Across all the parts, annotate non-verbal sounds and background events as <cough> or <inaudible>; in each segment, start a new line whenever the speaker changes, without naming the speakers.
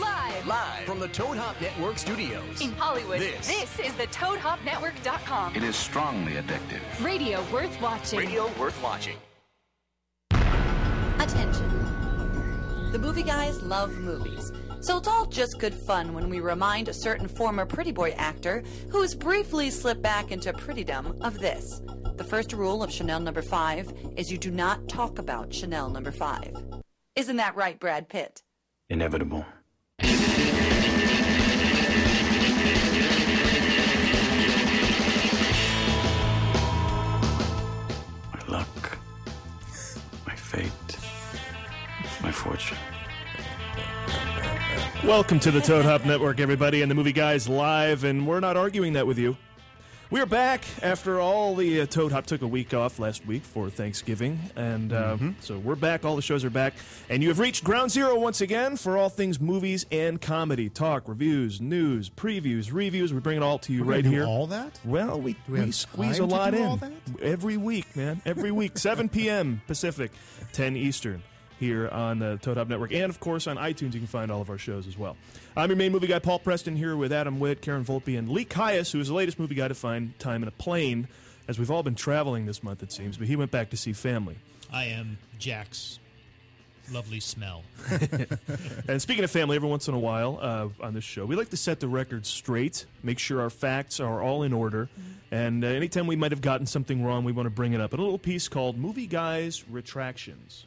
Live from the Toad Hop Network studios.
In Hollywood,
This.
is the ToadHopNetwork.com.
It is strongly addictive.
Radio worth watching.
Radio worth watching.
Attention. The movie guys love movies, so it's all just good fun when we remind a certain former pretty boy actor who has briefly slipped back into prettydom of this. The first rule of Chanel number five is you do not talk about Chanel number five. Isn't that right, Brad Pitt?
Inevitable. My luck, my fate, my fortune.
Welcome to the Toad Hop Network, everybody, and the Movie Guys Live, and we're not arguing that with you. We're back after all the uh, Toad Hop took a week off last week for Thanksgiving, and uh,
Mm-hmm.
so we're back. All the shows are back, and you have reached ground zero once again for all things movies and comedy, talk, reviews, news, previews, reviews. We bring it all to you
We're
right
gonna do
here.
All that?
Well, we,
we
we,
have
squeeze a
time to
lot
do
in
all that?
every week, man. Every
<laughs>
week, 7 p.m. Pacific, 10 Eastern, here on the Toad Hop Network, and of course on iTunes. You can find all of our shows as well. I'm your main movie guy, Paul Preston, here with Adam Witt, Karen Volpe, and Lee Caius, who is the latest movie guy to find time in a plane, as we've all been traveling this month, it seems. But he went back to see family.
I am Jack's lovely smell.
And speaking of family, every once in a while uh, on this show, we like to set the record straight, make sure our facts are all in order. And uh, anytime we might have gotten something wrong, we want to bring it up. A little piece called Movie Guys Retractions.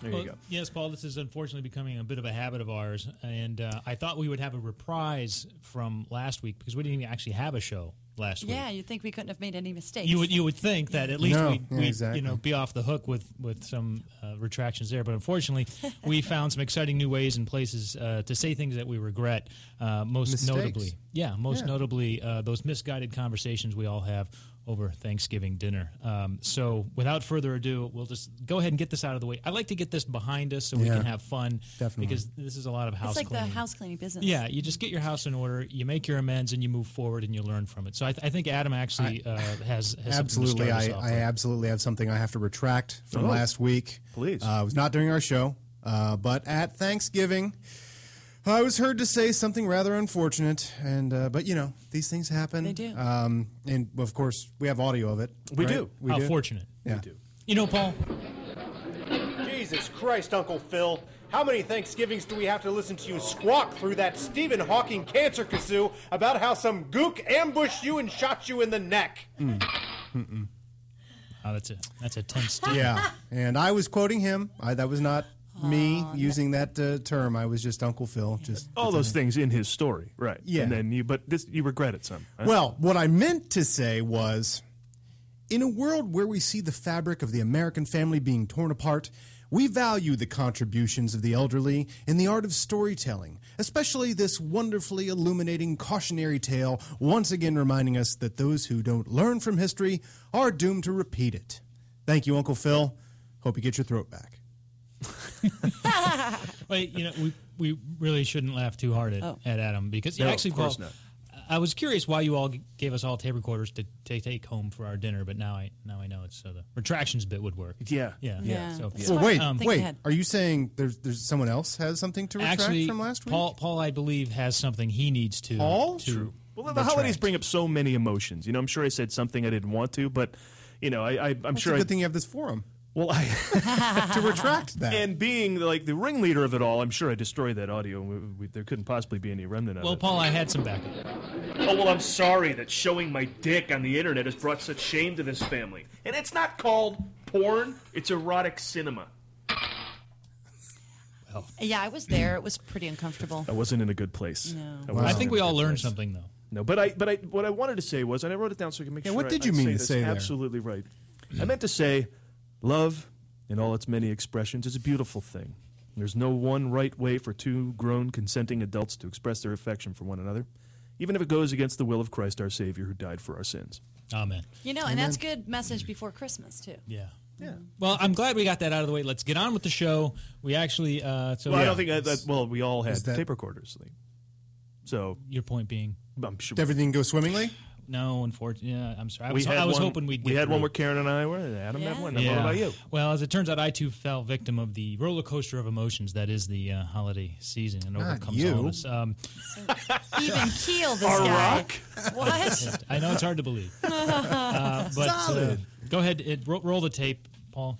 There you
Well,
go.
Yes, Paul, this is unfortunately becoming a bit of a habit of ours. And uh, I thought we would have a reprise from last week because we didn't even actually have a show last
Yeah,
week.
you'd think we couldn't have made any mistakes.
You would you would think that at least
No,
we'd,
yeah,
we'd
exactly.
you know be off the hook with with some uh, retractions there, but unfortunately
<laughs>
we found some exciting new ways and places uh, to say things that we regret. Uh, most
Mistakes.
notably, yeah, most
Yeah.
notably uh, those misguided conversations we all have over Thanksgiving dinner. Um, so without further ado, we'll just go ahead and get this out of the way. I like to get this behind us so we
Yeah.
can have fun,
Definitely.
because this is a lot of house
it's like
cleaning.
the house cleaning business.
Yeah, you just get your house in order, you make your amends, and you move forward and you learn from it. So I, th- I think Adam actually uh, has, has something
Absolutely,
to start us
I,
off
I
with.
absolutely have something I have to retract from
Oh.
last week.
Please.
uh, it was not during our show, uh, but at Thanksgiving, I was heard to say something rather unfortunate. And uh, but you know these things happen.
They do.
Um, and of course, we have audio of it.
We
right?
do.
We
How
do.
Oh, fortunate.
Yeah.
You know, Paul,
Jesus Christ, Uncle Phil. How many Thanksgivings do we have to listen to you squawk through that Stephen Hawking cancer kazoo about how some gook ambushed you and shot you in the neck?
oh, that's a that's a
<laughs>
tense. Day.
Yeah. And I was quoting him. I, that was not me using that uh, term. I was just Uncle Phil. Just
All those things in his story, right?
Yeah.
And then you, but this you regret it some. huh?
<laughs> Well, what I meant to say was in a world where we see the fabric of the American family being torn apart, we value the contributions of the elderly in the art of storytelling, especially this wonderfully illuminating cautionary tale, once again reminding us that those who don't learn from history are doomed to repeat it. Thank you, Uncle Phil. Hope you get your throat back.
Well, you know, we we really shouldn't laugh too hard at, at Adam because
No,
actually,
of course
Paul,
not.
I was curious why you all g- gave us all tape recorders to, to take home for our dinner, but now I now I know it's so the retractions bit would work.
Yeah.
yeah,
Yeah.
So
Yeah.
Well, Oh, wait,
Um,
Think
wait.
ahead.
Are you saying there's, there's someone else has something to retract
actually,
from last week?
Paul Paul I believe has something he needs to.
Paul?
to-
True.
Well, the holidays bring up so many emotions. You know, I'm sure I said something I didn't want to, but you know, I, I I'm
It's
sure.
a
I,
good thing you have this forum
well, I.
<laughs> to retract that.
and being like the ringleader of it all, I'm sure I destroyed that audio. and We, we, there couldn't possibly be any remnant of
Well,
it.
Paul, I had some backup.
Oh, well, I'm sorry that showing my dick on the internet has brought such shame to this family. And it's not called porn, it's erotic cinema.
Yeah, I was there. It was pretty uncomfortable.
I wasn't in a good place.
No.
Oh,
wasn't
I think
in
we
a
all
good
learned
place.
something though.
No, but I, but I, what I wanted to say was, and I wrote it down so I can make
Yeah,
sure.
what
I-
did
I
you mean
say
to
this
say there?
Absolutely right. I meant to say, love in all its many expressions is a beautiful thing. There's no one right way for two grown consenting adults to express their affection for one another, even if it goes against the will of Christ our Savior, who died for our sins.
Amen.
You know, and that's good message before Christmas too.
Yeah. Yeah. Well, I'm glad we got that out of the way. Let's get on with the show. We actually, uh, so
Well, I
yeah.
don't think I, that. Well, we all had
that-
tape recorders, Lee. so
your point being,
I'm sure.
Did everything go swimmingly?
no, unfortunately, yeah, I'm sorry. I
We
was,
had
I was
one,
hoping we'd. Get
we had one
through.
where Karen and I were. and Adam had
Yeah.
one. What about you?
Well, as it turns out, I too fell victim of the roller coaster of emotions that is the uh, holiday season and
Not
overcomes
you.
all of us. Um,
Even keel this guy. What?
I know it's hard
<laughs>
to believe. Uh, but uh,
Solid.
go ahead, it, roll, roll the tape, Paul.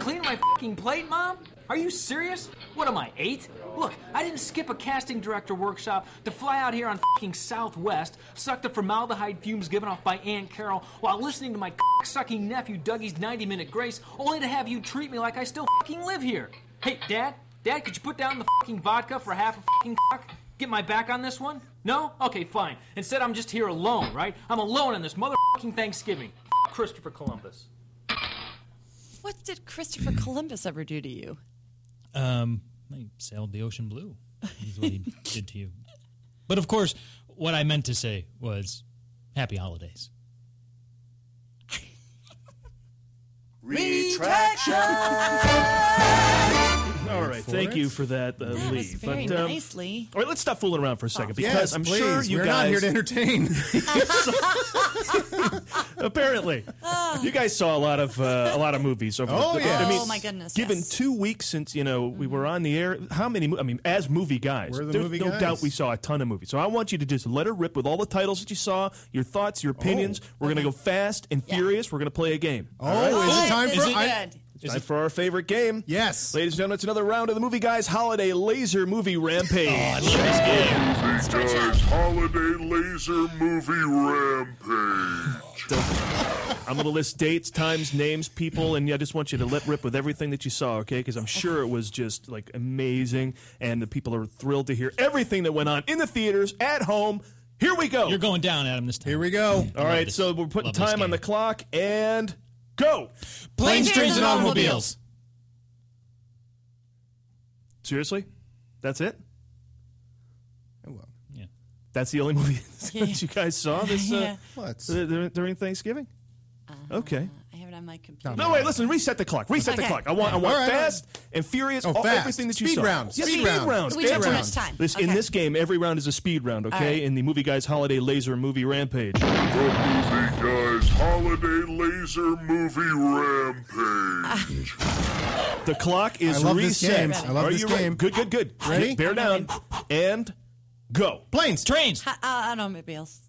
Clean my fucking plate, Mom? Are you serious? What am I, eight? Look, I didn't skip a casting director workshop to fly out here on fucking Southwest, suck the formaldehyde fumes given off by Aunt Carol while listening to my sucking nephew Dougie's 90 minute grace, only to have you treat me like I still fucking live here. Hey, Dad? Dad, could you put down the fucking vodka for half a fucking cock? Get my back on this one? No? Okay, fine. Instead, I'm just here alone, right? I'm alone on this motherfucking Thanksgiving. F- Christopher Columbus.
what did Christopher Columbus ever do to you?
Um, he sailed the ocean blue. Is what he did to you. But of course, what I meant to say was, happy holidays.
All right, thank
it.
you for that, uh,
That
Lee.
was very
but, um,
nicely. Ah.
All right, let's stop fooling around for a second because
yes,
I'm
please.
sure you
We're
guys
not here to entertain.
<laughs>
<laughs>
apparently you guys saw a lot of uh, a lot of movies over.
Oh,
the,
yeah.
I mean,
Ah. Oh, my goodness,
Given
yes. Mm-hmm.
two weeks since you know we were on the air, how many? mo- I mean, as movie guys,
We're the
there's
movie
no
guys.
doubt we saw a ton of movies. So I want you to just let her rip with all the titles that you saw, your thoughts, your opinions. We're gonna go fast and furious. We're gonna play a game.
oh, is it time
This
for?
is
I-
good.
It's time for our favorite game.
yes.
Ladies and gentlemen, it's another round of the Movie Guys Holiday Laser Movie Rampage.
Holiday Laser Movie Rampage.
I'm going to list dates, times, names, people, and I just want you to let rip with everything that you saw, okay? Because I'm sure it was just like amazing, and the people are thrilled to hear everything that went on in the theaters, at home. Here we go.
You're going down, Adam. This time.
Oh. Here we go.
All right,
this.
so we're putting
Love this
time on
game.
the clock and go.
Planes, Trains, and Automobiles.
Seriously? That's it?
Oh, well.
Yeah.
That's the only movie <laughs> that you guys saw this
<laughs>
uh,
Let's-
dur- during Thanksgiving? Okay.
I have it on my computer.
No, wait, listen, reset the clock. Reset the
Okay.
clock. I want I want
All right,
fast and furious
Oh,
all,
fast.
everything that you
Speed
saw.
round.
Yes,
Speed
speed
round.
round.
We don't
Every-
have
round.
much time.
This in
Okay.
this game, every round is a speed round, okay?
right.
In the movie guys holiday laser movie rampage.
The Movie Guys Holiday Laser Movie Rampage.
The clock is
I love this
reset.
game. I love
Are
this
you ready?
game.
Good, good, good.
Ready?
Bear down and go.
Planes.
Trains.
Uh, automobiles.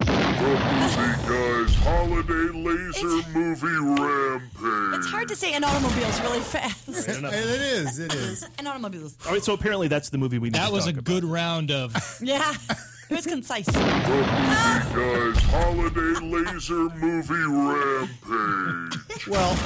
The Movie Guys Holiday Laser Movie Rampage.
It's hard to say an automobile's really fast.
It <laughs> is. It
<laughs>
is.
<laughs> an automobile's.
All right, so apparently that's the movie we need
That
to
was a
talk
good
about.
round of.
<laughs>
Yeah. It was concise.
The Movie Guys Holiday Laser Movie Rampage.
Well,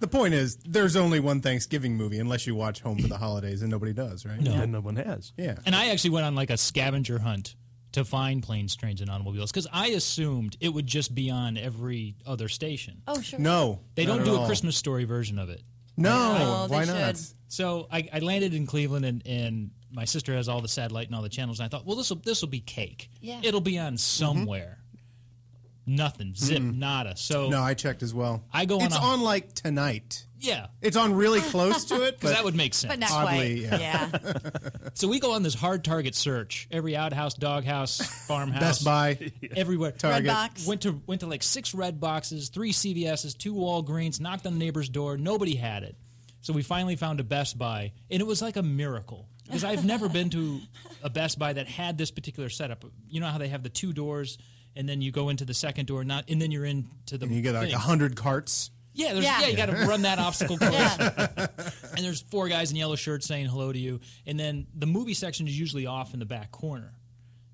the point is, there's only one Thanksgiving movie unless you watch Home for the Holidays, and nobody does, right?
And no one has.
Yeah.
And I actually went on like a scavenger hunt to find planes, trains, and automobiles because I assumed it would just be on every other station.
Oh, sure.
No.
they
not
don't
at
do
all.
a Christmas story version of it.
No.
No, they
why not?
should.
So I, I landed in Cleveland, and, and my sister has all the satellite and all the channels. And I thought, well, this will this will be cake.
Yeah.
it'll be
Mm-hmm.
on somewhere. Nothing, zip, nada. So
No, I checked as well.
I go on
It's
a-
on like tonight.
yeah,
It's on really close to
<laughs>
it,
because
but
that would make sense.
But not
Oddly,
quite.
yeah.
So we go on this hard target search. Every outhouse, doghouse, farmhouse,
Best
<laughs>
Buy,
everywhere.
Target.
box.
Went to went to like six red boxes, three CVS's, two Walgreens. Knocked on the neighbor's door. Nobody had it. So we finally found a Best Buy, and it was like a miracle because I've never been to a Best Buy that had this particular setup. You know how they have the two doors, and then you go into the second door, not, and then you're into the.
And you get like
thing.
a hundred carts.
Yeah, there's, yeah.
Yeah.
you got to run that obstacle course.
<laughs> Yeah.
And there's four guys in yellow shirts saying hello to you. And then the movie section is usually off in the back corner.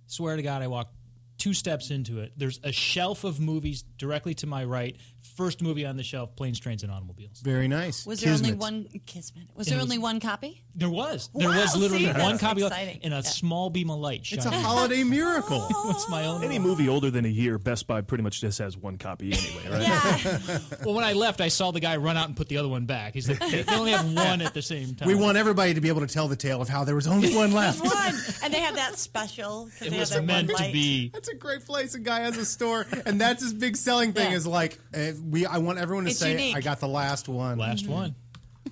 Swear to God, I walked two steps into it. There's a shelf of movies directly to my right. First movie on the shelf: Planes, Trains, and Automobiles.
Very nice.
Was there only
Kismet.
one Kismet? Was there only one copy?
There was, there
Wow,
was literally
see,
one
that's
copy left
exciting.
and a
Yeah.
small beam of light.
<laughs>
It's a
shining.
holiday miracle.
<laughs>
Oh.
It's my own.
Any movie older than a year, Best Buy pretty much just has one copy anyway,
<laughs>
right?
<laughs>
Yeah.
Well, when I left, I saw the guy run out and put the other one back. He's like, they only have one at the same time.
We want everybody to be able to tell the tale of how there was only
<laughs>
one left.
one. And they have that special. 'cause they
It
have
was
that one
meant to
light.
be.
That's a great place. A guy has a store, and that's his big selling thing.
Yeah.
Is like eh, we. I want everyone to
It's
say,
unique.
"I got the last one."
Last one.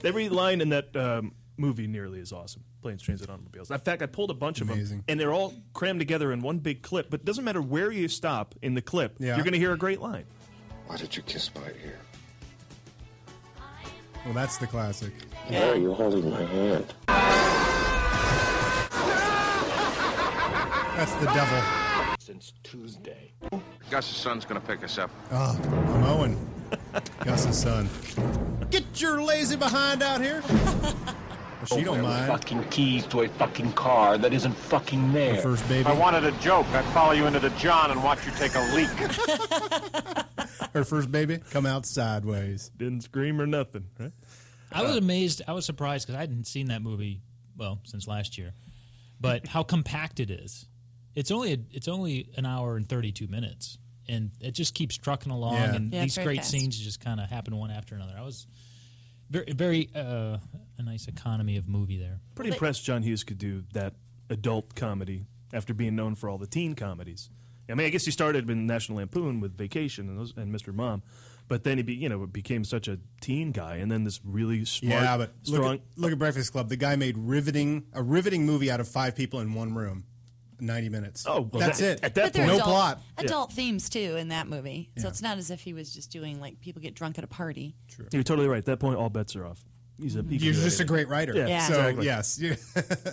Every line in that um, movie nearly as awesome. Planes, Trains, and Automobiles. In fact, I pulled a bunch of them, and they're all crammed together in one big clip. But it doesn't matter where you stop in the clip, you're going to hear a great line.
Why did you kiss my ear?
Well, that's the classic.
No, you're holding my hand.
That's the devil.
Since Tuesday.
Gus's son's gonna pick us up.
Ah, I'm
<laughs>
Owen. Gus's son. Get your lazy behind
<laughs>
out here. she don't mind.
Fucking keys to a fucking car that isn't fucking there.
The first baby.
I wanted a joke. I'd follow you into the John and watch you take a leak.
<laughs> Her first baby come out sideways.
Didn't scream or nothing, right?
I
Uh,
was amazed. I was surprised because I hadn't seen that movie well since last year,
<laughs>
but how compact it is. It's only a, it's only an hour and thirty two minutes, and it just keeps trucking along.
Yeah.
And
Yeah, it's
these
very
great
fast.
scenes just kind of happen one after another. I was very very uh, a nice economy of movie there.
Pretty impressed John Hughes could do that adult comedy after being known for all the teen comedies. I mean, I guess he started in National Lampoon with Vacation and, those, and Mr. Mom, but then he be, you know became such a teen guy, and then this really smart,
yeah, but
strong.
Look, at, look at Breakfast Club. The guy made riveting a riveting movie out of five people in one room, ninety minutes. Oh,
well,
that's
that-
it.
at that
no
They're adult,
plot.
Adult themes too in that movie, so
Yeah.
it's not as if he was just doing like people get drunk at a party.
You're totally right. At that point, all bets are off. He's a he can
You're
do
just a
anything.
great writer.
Yeah,
Yeah. So,
exactly.
yes.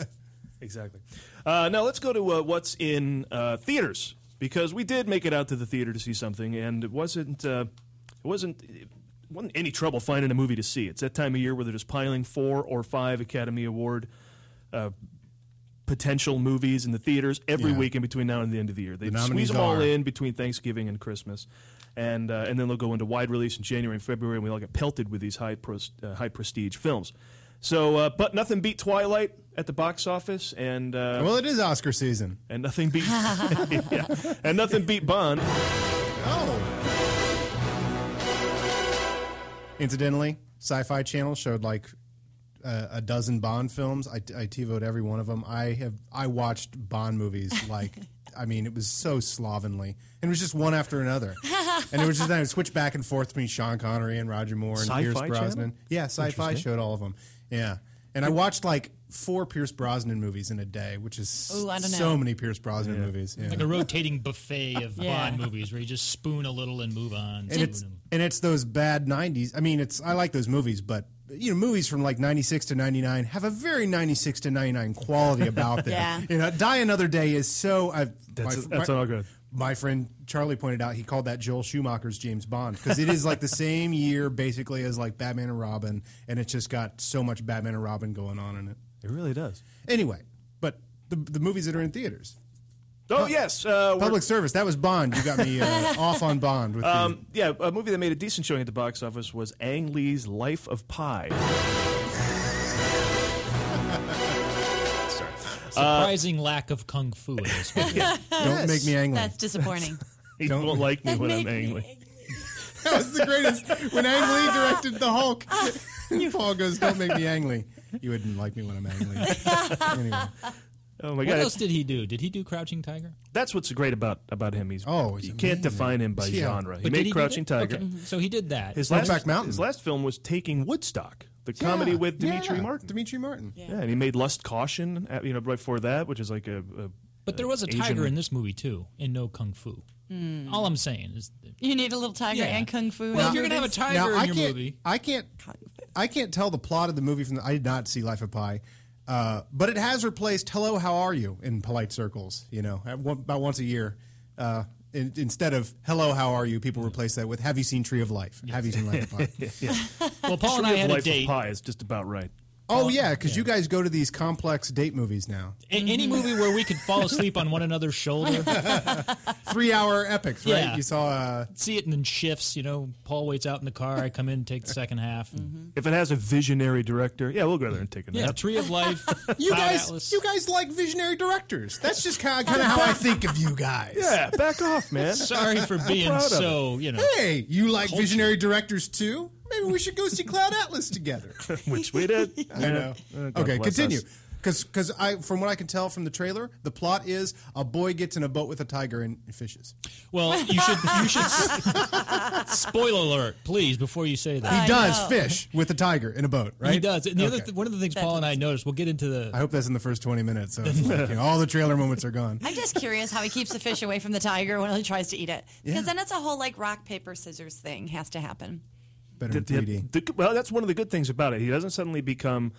exactly. Uh, now let's go to uh, what's in uh, theaters because we did make it out to the theater to see something, and it wasn't uh, it wasn't it wasn't any trouble finding a movie to see. It's that time of year where they're just piling four or five Academy Award. Uh, Potential movies in the theaters every
Yeah.
week in between now and the end of the year. They
The
squeeze
nominees
them all
are-
in between Thanksgiving and Christmas, and uh, and then they'll go into wide release in January and February, and we all get pelted with these high pros- uh, high prestige films. So, uh, but nothing beat Twilight at the box office, and uh,
<laughs> well, it is Oscar season.
and nothing beat <laughs> yeah, and nothing beat Bond.
Oh. Incidentally, Sci-Fi Channel showed like uh, a dozen Bond films. I, I TiVoed every one of them. I have I watched Bond movies
<laughs>
like I mean it was so slovenly, and it was just one after
<laughs>
another, and it was just I would switch back and forth between Sean Connery and Roger Moore and
Sci-Fi
Pierce
Channel?
Brosnan. Yeah, Sci-Fi
Interesting.
showed all of them. Yeah, and I watched like four Pierce Brosnan movies in a day, which is
Ooh, I don't
so
know.
many Pierce Brosnan movies. Yeah.
Like
<laughs>
a rotating buffet of
Yeah.
Bond movies where you just spoon a little and move on.
and it's and it's those bad '90s. I mean, it's I like those movies, but you know, movies from like '96 to '99 have a very '96 to '99 quality about
<laughs>
them.
Yeah.
You know, Die Another Day is so. i
That's- that's all good.
My friend Charlie pointed out he called that Joel Schumacher's James Bond because it is like the same year basically as like Batman and Robin, and it's just got so much Batman and Robin going on in it.
It really does.
Anyway, but the the movies that are in theaters.
Oh yes, uh, we're-
Public service. That was Bond. You got
<laughs>
me uh, off on Bond with the-
Um, yeah, a movie that made a decent showing at the box office was Ang Lee's Life of Pi. <laughs>
uh,
surprising lack of kung fu.
<laughs>
In this movie.
Don't make me angry.
That's disappointing.
He don't won't like me
That
when I'm
made me
angry.
<laughs> That was the greatest. When Ang Lee directed The Hulk, <laughs> Paul goes, "Don't make me Ang Lee. You wouldn't like me when I'm Ang Lee." anyway,
Oh my
what
god!
else did he do? Did he do Crouching Tiger?
That's what's great about about him. He's
oh,
you can't define him by
Yeah.
genre. He
But did
made
he do
Crouching
that?
Tiger.
Okay.
Mm-hmm.
So he did that.
His last his last film was Taking Woodstock, the comedy with Dimitri Martin.
Dimitri Martin.
Yeah, and he made Lust Caution, uh, you know, right before that, which is like a. a
But there was a
Asian-
tiger in this movie too, and no kung fu.
Hmm.
All I'm saying is,
You need a little tiger
Yeah.
and kung fu.
Well,
in
if you're gonna have a
movies.
tiger
Now,
in
I
your
can't- <laughs>
movie,
I can't. I can't tell the plot of the movie from. The, I did not see Life of Pi, uh, but it has replaced "Hello, how are you?" in polite circles. You know, at one, about once a year. Uh, in, instead of "Hello, how are you?" people replace that with "Have you seen Tree of Life?" "Have you seen Life of Pi?"
well, Paul and
Tree
I
of
had a
Life
date.
of Pi is just about right.
Oh yeah, because you guys go to these complex date movies now.
A- Any
Mm-hmm.
movie where we could fall asleep on one another's
<laughs>
shoulder,
Three-hour epics, right?
Yeah.
You saw. Uh,
see it, and then shifts. You know, Paul waits out in the car. I come in, take the second half.
Mm-hmm.
If it has a visionary director, yeah, we'll go there and take a
Yeah,
nap.
Tree of Life.
<laughs> You
Cloud
guys,
Atlas.
you guys like visionary directors. That's just kind of, kind of how I think of you guys.
Yeah, back off,
<laughs>
man. <laughs>
Sorry for
I'm
being
proud of
so. You know,
Hey, you like visionary directors too? Maybe we should go see Cloud Atlas together.
<laughs> it. Which we did.
<laughs>
I know.
Yeah. Oh, God
okay,
bless
continue.
us.
Because because I from what I can tell from the trailer, the plot is a boy gets in a boat with a tiger and fishes.
Well, you should you should
<laughs>
spoiler alert, please, before you say that.
He does fish with a tiger in a boat, right?
He does. And the other
Okay.
th- one of the things Paul and I noticed, we'll get into the
I hope that's in the first twenty minutes. <laughs> So it's like, you know, all the trailer moments are gone.
I'm just curious how he keeps the fish away from the tiger when he tries to eat it. Because
Yeah.
then it's a whole like rock, paper, scissors thing has to happen.
Better
The- the- the- well, that's one of the good things about it. He doesn't suddenly become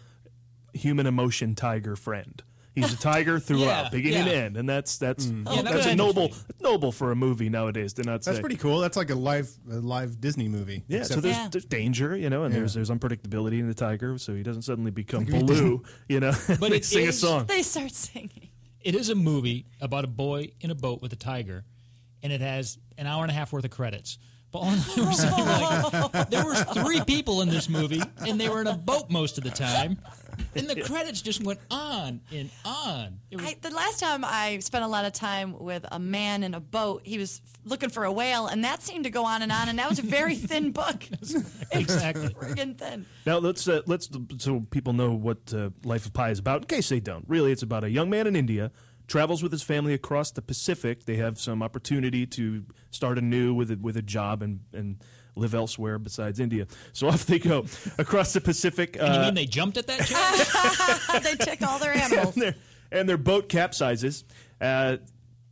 human emotion tiger friend. He's a
<laughs>
tiger throughout,
Yeah,
beginning and
yeah.
end, and that's that's
Yeah, that
that's
was
a noble noble for a movie nowadays. To not
Mm. That's
say.
pretty cool. That's like a live a live Disney movie.
<laughs> Yeah, so
Except-
there's, there's danger, you know, and
Yeah.
there's there's unpredictability in the tiger, so he doesn't suddenly become
Like if he
blue, <laughs> you know.
But
they
it
sing
is-
a song.
They start singing.
it is a movie about a boy in a boat with a tiger, and it has an hour and a half worth of credits. But all <laughs> I were saying, like, there were three people in this movie, and they were in a boat most of the time, and the credits just went on and on. It was,
I, the last time I spent a lot of time with a man in a boat, he was looking for a whale, and that seemed to go on and on. And that was a
<laughs>
very thin book. <laughs>
Exactly.
Friggin' thin. <laughs>
Now let's uh, let's so people know what uh, Life of Pi is about. In case they don't, really, it's about a young man in India travels with his family across the Pacific. They have some opportunity to start anew with a, with a job and and live elsewhere besides India. So <laughs> off they go across the Pacific.
you
uh,
mean they jumped
<laughs>
at that challenge?
they took all their animals.
<laughs> and, their, and their boat capsizes. Uh,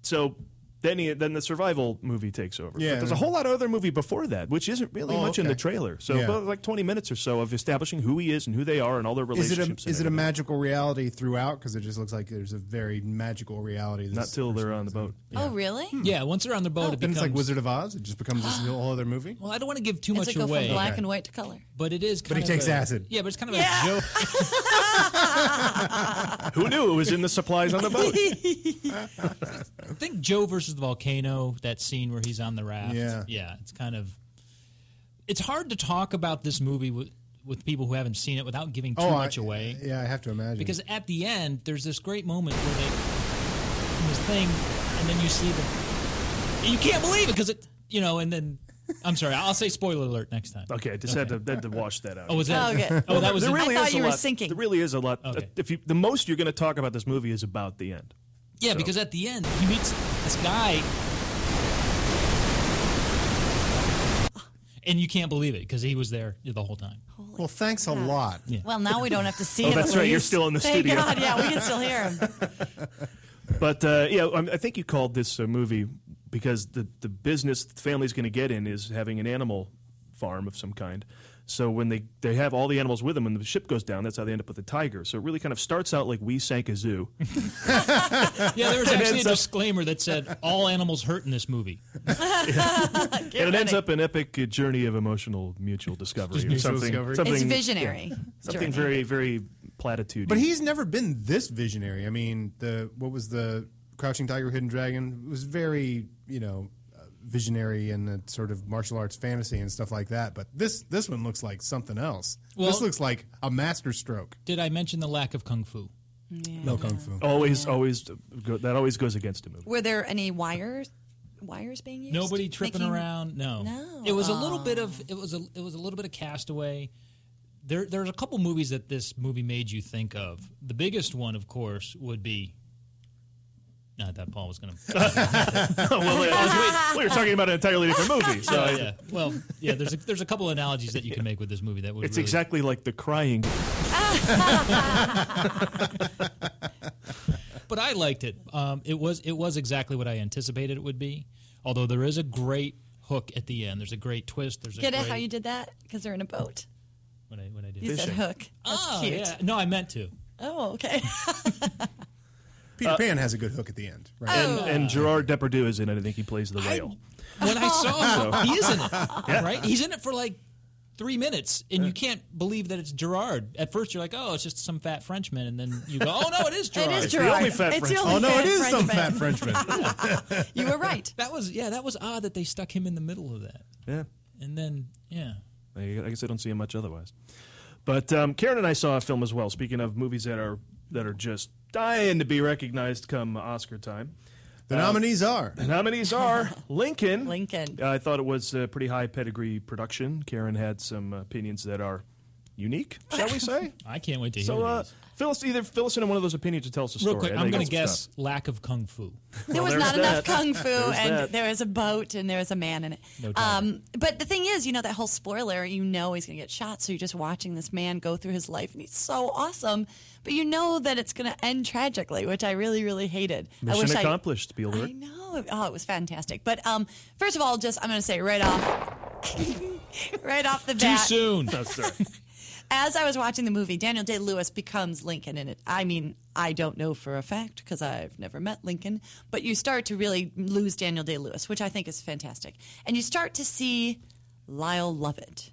so. Then, he, then the survival movie takes over.
Yeah.
But there's a whole lot of other movie before that, which isn't really
Oh,
much in the
okay.
trailer. So
Yeah.
about like 20 minutes or so of establishing who he is and who they are and all their
Is it
relationships.
a
and
is it a
everything.
magical reality throughout? Because it just looks like there's a very magical reality.
Not till they're on the boat.
Oh, really?
Hmm.
Yeah, once they're on the boat, it
Then
becomes
it's like Wizard of Oz. It just becomes
<gasps>
this whole other movie.
Well, I don't want to give too
It's
much
a go
away,
from black and white to color.
but it is.
But
Kind
he
of
takes
a-
acid.
Yeah, but it's kind of a joke.
Who knew it was in the supplies on the <laughs> boat?
I think Joe versus the volcano, that scene where he's on the raft.
Yeah.
it's kind of. It's hard to talk about this movie with, with people who haven't seen it without giving too
Oh, I-
much away.
Yeah, I have to imagine.
Because at the end, there's this great moment where they do this thing, and then you see the. and You can't believe it because it, you know, and then. I'm sorry, I'll say spoiler alert next time.
Okay, I just had, to, had to wash that out.
Oh, was that?
Oh, okay.
Oh, that was.
there
in-
really
I thought
is a
you were
lot-
sinking.
There really is a lot.
Okay.
If you, the most you're going to talk about this movie is about the end.
Yeah,
So-
because at the end he meets this guy, and you can't believe it because he was there the whole time.
well, thanks a lot.
Well, now we don't have
<laughs>
to see
Oh,
it.
that's
at
right, you're
least.
still in the
Thank
studio.
God, yeah, we can still hear
<laughs>
him.
But uh, yeah, I, I think you called this a movie because the the business the family's going to get in is having an animal farm of some kind. So when they they have all the animals with them, and the ship goes down, that's how they end up with the tiger. So it really kind of starts out like we sank a zoo.
Yeah, there was
And
actually a
ends up-
disclaimer that said all animals hurt in this movie.
and it ends up an epic uh, journey of emotional mutual discovery or
mutual
something.
discovery. It's
something
it's
yeah,
visionary.
something
journey.
very very platitude.
But he's never been this visionary. I mean, the what was the Crouching Tiger, Hidden Dragon? It was very you know uh, visionary and uh, sort of martial arts fantasy and stuff like that. But this this one looks like something else.
Well-
this looks like a master stroke.
Did I mention the lack of kung fu?
No kung fu.
always always go, that always goes against a movie.
Were there any wires? Wires being used?
Nobody tripping
Making-
around. No.
No.
It was a little bit of it was a it was a little bit of Castaway. There there's a couple movies that this movie made you think of. The biggest one, of course, would be. Not that Paul was going to.
well, yeah, I was- we were talking about an entirely different movie. So I-
yeah. Well, yeah. There's a, there's a couple analogies that you can make with this movie that would.
it's
really-
exactly like the crying.
But I liked it. Um, it was it was exactly what I anticipated it would be. Although there is a great hook at the end. There's a great twist. There's a
Get
great,
it? How you did that? Because they're in a boat.
when I when I did
You said
Fishing.
hook. That's
Oh,
cute.
yeah. No, I meant to.
Oh, okay.
Peter
Uh,
Pan has a good hook at the end, right?
Oh,
And, and Gerard Depardieu is in it. I think he plays the whale.
<laughs>
When I saw him, he is in
<laughs>
it. Right? He's in it for like three minutes, and you can't believe that it's Gerard. At first, you're like, oh, it's just some fat Frenchman, and then you go, oh no, it
<laughs>
is
It
Gerard.
is
the
Gerard.
only fat
it's
Frenchman.
the only
Oh no,
fat
it is some fat
Frenchman.
Frenchman.
You were right.
That was yeah, that was odd that they stuck him in the middle of that,
Yeah,
and then yeah.
I I guess I don't see him much otherwise. But um, Karen and I saw a film as well. Speaking of movies that are that are just dying to be recognized come Oscar time,
The nominees are
the nominees are Lincoln. Uh,
Lincoln.
I thought it was a pretty high pedigree production. Karen had some opinions that are unique, shall we say?
I can't wait to hear
so, uh, fill us either fill us in on one of those opinions or tell us a story.
Real quick,
I
I'm
think
going to
it's
guess
tough.
lack of kung fu.
there was
there's
not enough
that.
kung fu,
There's
and
that.
there was a boat, and there was a man in it.
No
um, but the thing is, you know, that whole spoiler, you know he's going to get shot, so you're just watching this man go through his life, and he's so awesome, but you know that it's going to end tragically, which I really, really hated. I wish
Mission
I,
accomplished, Spielberg.
I know. Oh, it was fantastic. But um, first of all, just I'm going to say right off, <laughs> right off the
Too
bat,
soon.
as I was watching the movie, Daniel Day Lewis becomes Lincoln in it. I mean, I don't know for a fact because I've never met Lincoln, but you start to really lose Daniel Day Lewis, which I think is fantastic. And you start to see Lyle Lovett.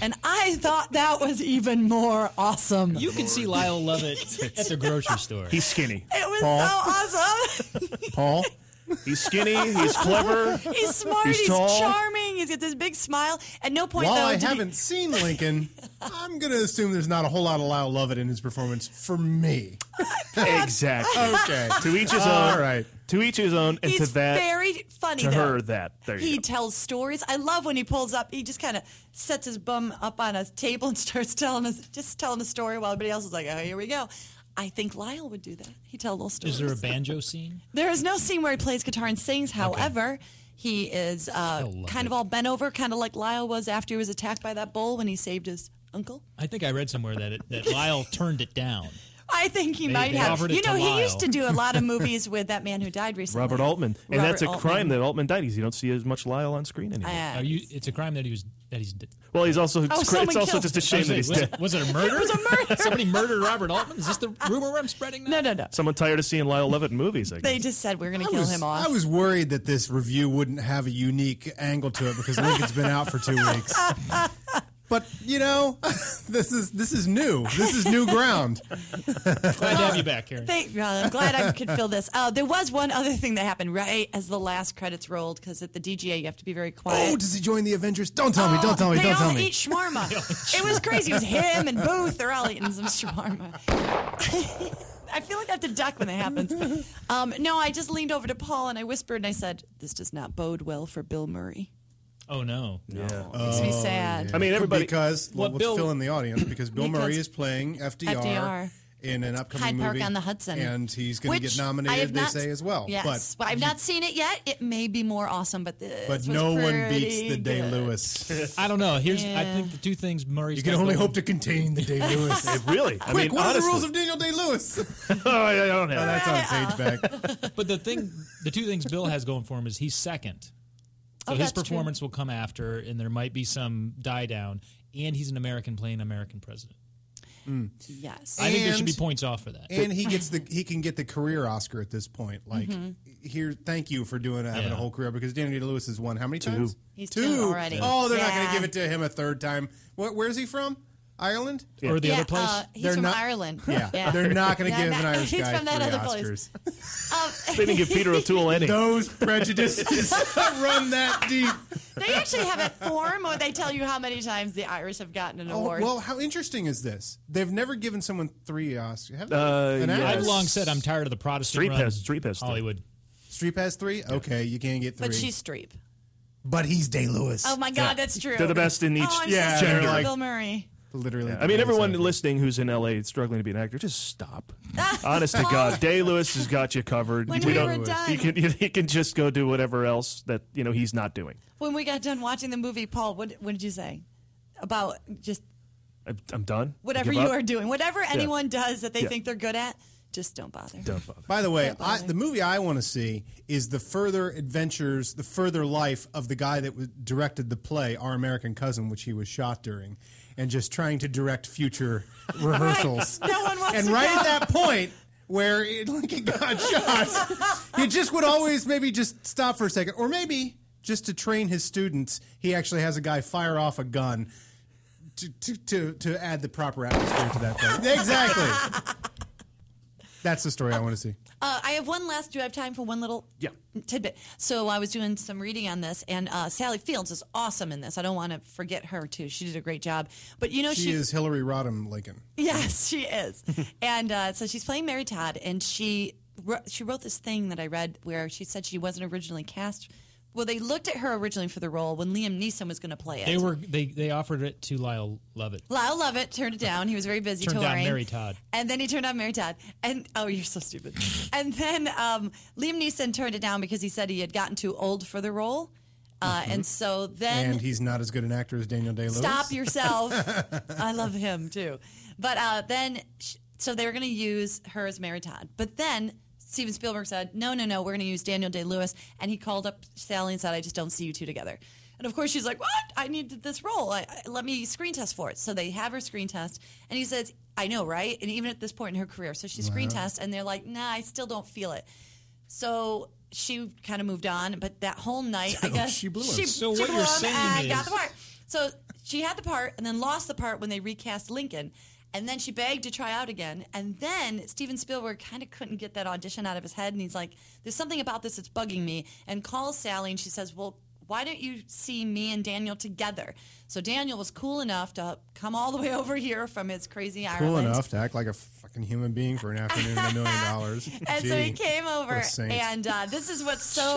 And I thought that was even more awesome.
You could see Lyle Lovett at the grocery store.
<laughs> He's skinny.
It was
Paul.
so awesome. <laughs>
Paul. He's skinny. He's clever.
He's smart. He's,
He's, tall.
charming. He's got this big smile. At no point,
While
though,
I
did he-
haven't seen Lincoln, I'm going to assume there's not a whole lot of Lyle Lovett in his performance for me.
Exactly.
Okay.
To each
Uh,
his own.
All right.
To each his own, and
He's
to that.
very funny.
to
though.
her, that. There you
he
go.
tells stories. I love when he pulls up. He just kind of sets his bum up on a table and <laughs> starts telling us, just telling a story while everybody else is like, "Oh, here we go." I think Lyle would do that. He tell little stories.
Is there a banjo scene?
There is no scene where he plays guitar and sings. However, he is uh,
love
kind of all bent over, kind of like Lyle was after he was attacked by that bull when he saved his uncle.
I think I read somewhere that it, that Lyle turned it down.
I think he
They-
might
they
have.
offered it
You
to
know, he
Lyle.
used to do a lot
<laughs>
of movies with that man who died recently.
Robert Altman. And
Robert
that's a
Altman.
crime that Altman died. You don't see as much Lyle on screen anymore.
Uh, Oh,
Are you? It's a crime that he was that he's. d-
well, he's also. It's, cra- it's
someone
also
killed
just a
him. Oh,
shame
was
that
it-
he's
was,
dead.
Was it a murder?
<laughs> It was a murder.
<laughs> Somebody murdered Robert Altman. Is this the rumor I'm spreading?
No,
Now?
no, no.
Someone tired of seeing Lyle Lovett in movies. I guess.
They just said we're going to
I
kill
was,
him off.
I was worried that this review wouldn't have a unique angle to it because Lincoln's been out for two
<laughs>
weeks. But you know, <laughs> this is this is new. This is new ground.
<laughs>
Glad to have you back, Karen.
Thank, well, I'm glad I could fill this. Uh, there was one other thing that happened right as the last credits rolled because at the DGA you have to be very quiet. Oh,
Oh, does he join the Avengers? Don't tell me! Don't tell me!
they
Don't
all
tell me!
eat
<laughs>
shawarma. it was crazy. It was him and Booth. They're all eating some shawarma. <laughs> I feel like I have to duck when that happens. Um, no, I just leaned over to Paul and I whispered and I said, "This does not bode well for Bill Murray."
Oh no.
yeah.
Makes me
Oh,
sad.
I mean, everybody.
because well,
Well,
let's
Bill-
fill in
<coughs>
the audience because Bill
Because
Murray is playing FDR,
FDR.
in an upcoming
Hyde Park
movie
on the Hudson,
and he's going to
Which
get
I
nominated.
have
They
not-
say as well,
Yes,
but
I've not seen it yet. It may be more awesome, but this
but
was
no one beats
pretty
the Day
good.
Lewis.
<laughs>
I don't know. Here's. I
Yeah.
think the two things Murray's.
You can
got
only
going-
hope to
<laughs>
contain the Day Lewis.
It really. I
Quick,
mean,
what are the
honestly.
rules of Daniel Day Lewis?
<laughs> oh, I I don't know.
That's on Sageback.
But the thing, the two things Bill has going for him is he's second, so
Oh,
his
that's true.
performance will come after, and there might be some die down. And he's an American playing American president.
Yes.
I think there should be
And-
points off for that.
<laughs> and he gets the he can get the career Oscar at this point. Like
Mm-hmm.
here, thank you for doing having a
Yeah.
whole career because Daniel Day Lewis has won how many times?
He's two already.
Oh, they're not going
Yeah.
to give it to him a third time. Where, where's he from? Ireland.
Or the
yeah,
other place.
Uh, he's
They're
from
not-
Ireland.
Yeah, they're not going
<laughs>
to
Yeah,
give
<laughs>
an
that-
Irish
he's
guy
from that
three
other place.
Oscars.
They didn't give Peter
<laughs>
O'Toole any.
<laughs> Those prejudices <laughs> run that deep.
They actually have a form where they tell you how many times the Irish have gotten an
Oh,
award.
well, how interesting is this? They've never given someone three Oscars. Have they?
Uh,
An
yes.
actress?
I've long said I'm tired of the Protestant
Street
run
pest- street pest.
Hollywood.
Streep has three. Okay, you can't get three.
but she's Streep.
but he's Day Lewis.
Oh my God, that's true.
They're the best in each
Oh, I'm
Yeah,
so
they're
sorry,
like-
Bill Murray.
Literally.
I mean, everyone listening who's in LA struggling to be an actor,
<laughs>
just stop. Honest to God, Day Lewis has got you covered.
When we were done-
You can <laughs> you, you can just go do whatever else that you know he's not doing.
When we got done watching the movie, Paul, what, what did you say about just
I'm, I'm done.
whatever
I
you
give up.
are doing, whatever anyone does that they
Yeah.
think they're good at, just don't bother.
Don't bother.
By the way, I, the movie I want to see is the further adventures, the further life of the guy that w- directed the play Our American Cousin, which he was shot during, and just trying to
<laughs>
direct future rehearsals.
No one wants
and
to
right
go.
at that point where it,
<laughs>
Lincoln got shot, he just would always maybe just stop for a second, or maybe just to train his students, he actually has a guy fire off a gun. To, to, to, to add the proper atmosphere to
<laughs>
that thing. Exactly. That's the story I want to see.
Uh, I have one last. Do I have time for one little
Yeah.
tidbit? So I was doing some reading on this, and uh, Sally Fields is awesome in this. I don't want to forget her too. She did a great job. But you know,
She,
she,
is Hillary Rodham Lincoln.
<laughs> Yes, she
<laughs>
is. and uh, so she's playing Mary Todd, and she wrote, she wrote this thing that I read where she said she wasn't originally cast Well, they looked at her originally for the role when Liam Neeson was going to play it.
They were they they offered it to Lyle Lovett.
Lyle Lovett turned it down. He was very busy
Turned
touring.
down Mary Todd.
And then he turned down Mary Todd. And oh, you're so
<laughs>
stupid. and then um, Liam Neeson turned it down because he said he had gotten too old for the role. Uh,
Uh-huh.
And so then
and he's not as good an actor as Daniel Day Lewis.
Stop yourself.
<laughs>
I love him too. But uh, then, sh- so they were going to use her as Mary Todd. But then Steven Spielberg said, no, no, no, we're going to use Daniel Day Lewis. And he called up Sally and said, I just don't see you two together. And of course, she's like, what? I need this role. I, I- let me screen test for it. So they have her screen test. And he says, I know, right? And even at this point in her career. So she screen
Wow.
tests, and they're like, nah, I still don't feel it. So she kind of moved on, but that
<laughs>
whole night, I
So
guess
she blew him.
She,
So
she
what
blew
you're
him
saying
and got
is-
the part. So she had the part and then lost the part when they recast Lincoln, and then she begged to try out again. And then Steven Spielberg kind of couldn't get that audition out of his head, and he's like, "There's something about this that's bugging me," and calls Sally, and she says, "Well." Why don't you see me and Daniel together? So Daniel was cool enough to come all the way over here from his crazy
Cool
Ireland
enough to act like a fucking human being for an afternoon and a million dollars.
<laughs> and so he
Gee,
came
what a
over,
saint.
and uh, this is
<laughs>
what's so.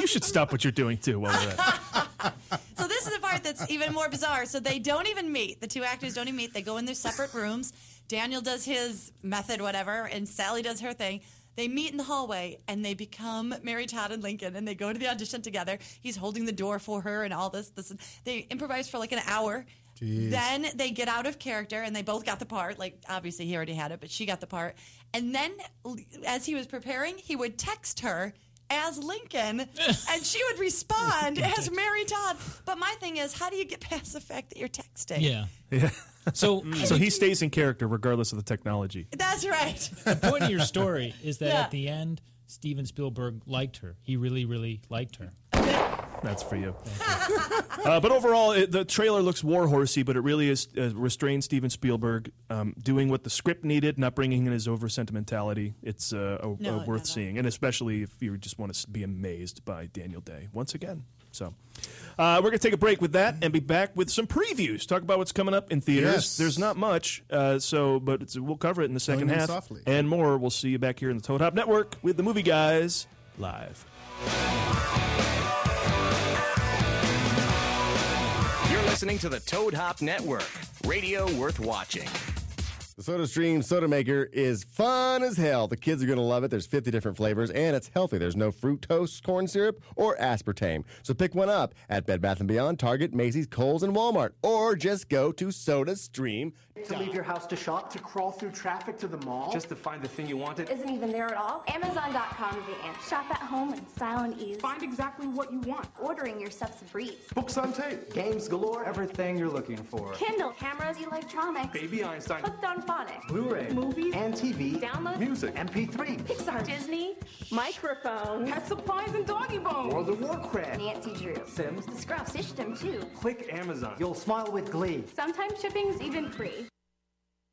You should stop what you're doing too. While we're at it.
So this is the part that's even more bizarre. So they don't even meet. The two actors don't even meet. They go in their separate rooms. Daniel does his method, whatever, and Sally does her thing. They meet in the hallway and they become Mary Todd and Lincoln, and they go to the audition together. He's holding the door for her and all this. This they improvise for like an hour.
Jeez.
Then they get out of character and they both got the part. Like, obviously, he already had it, but she got the part. And then, l- as he was preparing, he would text her as Lincoln and she would respond as Mary Todd. But my thing is, how do you get past the fact that you're texting?
Yeah.
Yeah. <laughs>
So
<laughs>
so he stays in character regardless of the technology.
That's right.
The point of your story is that
Yeah.
at the end, Steven Spielberg liked her. He really, really liked her.
That's for you.
<laughs>
uh, but overall, it, the trailer looks warhorsey, but it really is uh, restrained Steven Spielberg um, doing what the script needed, not bringing in his over sentimentality. It's uh, a,
No,
a worth seeing, and especially if you just want to be amazed by Daniel Day once again. So. Uh, we're going to take a break with that and be back with some previews. Talk about what's coming up in theaters.
Yes.
There's not much, uh, so but it's, we'll cover it in the second
them
half
softly.
and more. We'll see you back here in the Toad Hop Network with the Movie Guys live.
You're listening to the Toad Hop Network, radio worth watching.
The SodaStream Soda Maker is fun as hell. The kids are going to love it. There's 50 different flavors and it's healthy. There's no fructose, corn syrup, or aspartame. So pick one up at Bed Bath & Beyond, Target, Macy's, Kohl's, and Walmart. Or just go to SodaStream.
To leave your house to shop, to crawl through traffic to the mall.
to find the thing you wanted.
isn't even there at all. Amazon.com is the answer. Shop at home in style and ease. Find exactly what you want. Ordering your stuff's a breeze.
Books on tape. Games galore. Everything you're looking for.
Kindle, cameras, electronics.
Baby Einstein.
Hooked on phonics.
Blu-ray.
Movies.
And TV.
Download.
Music. MP3.
Pixar. Disney. Microphone. Pet supplies and doggy bones.
World of Warcraft.
Nancy Drew.
Sims.
The Scruff System too.
Click Amazon. You'll smile with glee.
Sometimes shipping's even free.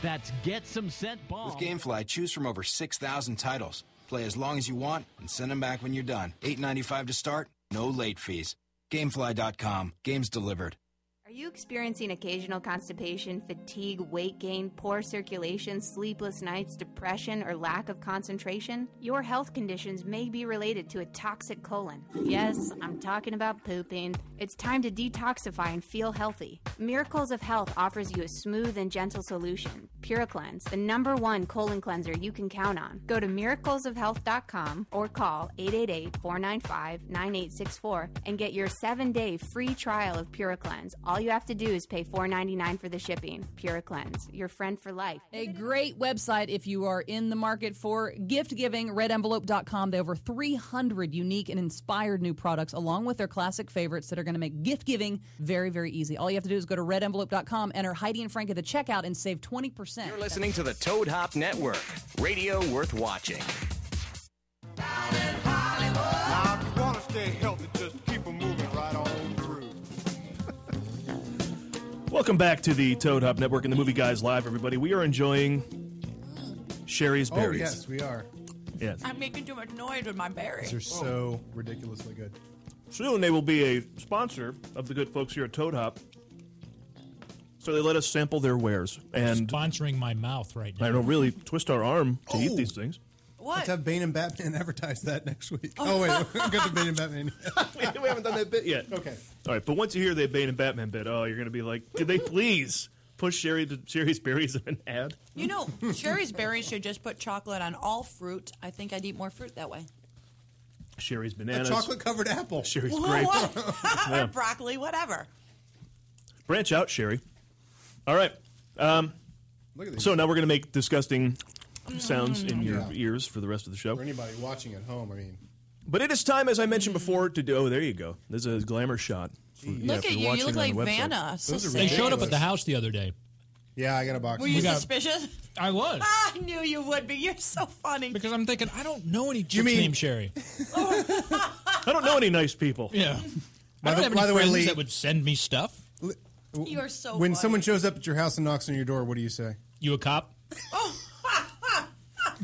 That's getsomescentbomb.
With GameFly, choose from over 6,000 titles. Play as long as you want and send them back when you're done. 8.95 to start, no late fees. GameFly.com. Games delivered.
Are you experiencing occasional constipation, fatigue, weight gain, poor circulation, sleepless nights, depression, or lack of concentration? Your health conditions may be related to a toxic colon. Yes, I'm talking about pooping. It's time to detoxify and feel healthy. Miracles of Health offers you a smooth and gentle solution. PuraCleanse, the number one colon cleanser you can count on. Go to miraclesofhealth.com or call 888-495-9864 and get your 7-day free trial of PuraCleanse. All you have to do is pay $4.99 for the shipping. PuraCleanse, your friend for life.
A great website if you are in the market for gift giving, redenvelope.com. They have over 300 unique and inspired new products along with their classic favorites that are going to make gift giving very, very easy. All you have to do is go to redenvelope.com, enter Heidi and Frank at the checkout, and save 20%.
You're listening to the Toad Hop Network, radio worth watching.
Now, if you want to stay healthy, just keep 'em moving right on through.
Welcome back to the Toad Hop Network and the Movie Guys Live, everybody. We are enjoying Sherry's
Oh,
berries.
yes, we are.
Yes.
I'm making too much noise with my berry.
These are so ridiculously good.
Soon they will be a sponsor of the good folks here at Toad Hop. So they let us sample their wares and
sponsoring my mouth right now.
I don't really twist our arm to eat
Oh.
these
<laughs>
things.
What?
Let's have Bane and Batman <laughs> advertise that next week. Oh, wait.
<laughs>
<laughs> We'll get to Bane and Batman.
we haven't done that bit yet.
Okay.
All right, but once you hear the Bane and Batman bit, oh, you're going to be like, did they please push Sherry to Sherry's berries in an ad?
You know, Sherry's berries should just put chocolate on all fruit. I think I'd eat more fruit that way.
Sherry's bananas,
chocolate covered apple,
Sherry's
What?
grapes.
or
<laughs> Yeah.
<laughs> broccoli, whatever.
Branch out, Sherry. All right. Um,
Look at these.
so now we're going to make disgusting sounds in your
Yeah.
ears for the rest of the show.
For anybody watching at home, I mean,
But it is time, as I mentioned before, to do. Oh, there you go. There's a glamour shot. for- yeah,
Look at
if you're
you. You
watching
look
on
like
the website.
Vanna.
Those are
They showed up
ridiculous.
at the house the other day.
Yeah, I got a box.
Were you suspicious?
I was.
I knew you would be. You're so funny.
Ah! Because I'm thinking, I don't know any
You
chicks
mean-
named Sherry.
I don't know any nice people.
Yeah.
By
I
the-
don't have
by
any
the way,
friends
Lee-
that would send me stuff.
You are so
when
funny.
someone shows up at your house and knocks on your door, what do you say? <laughs>
You a cop?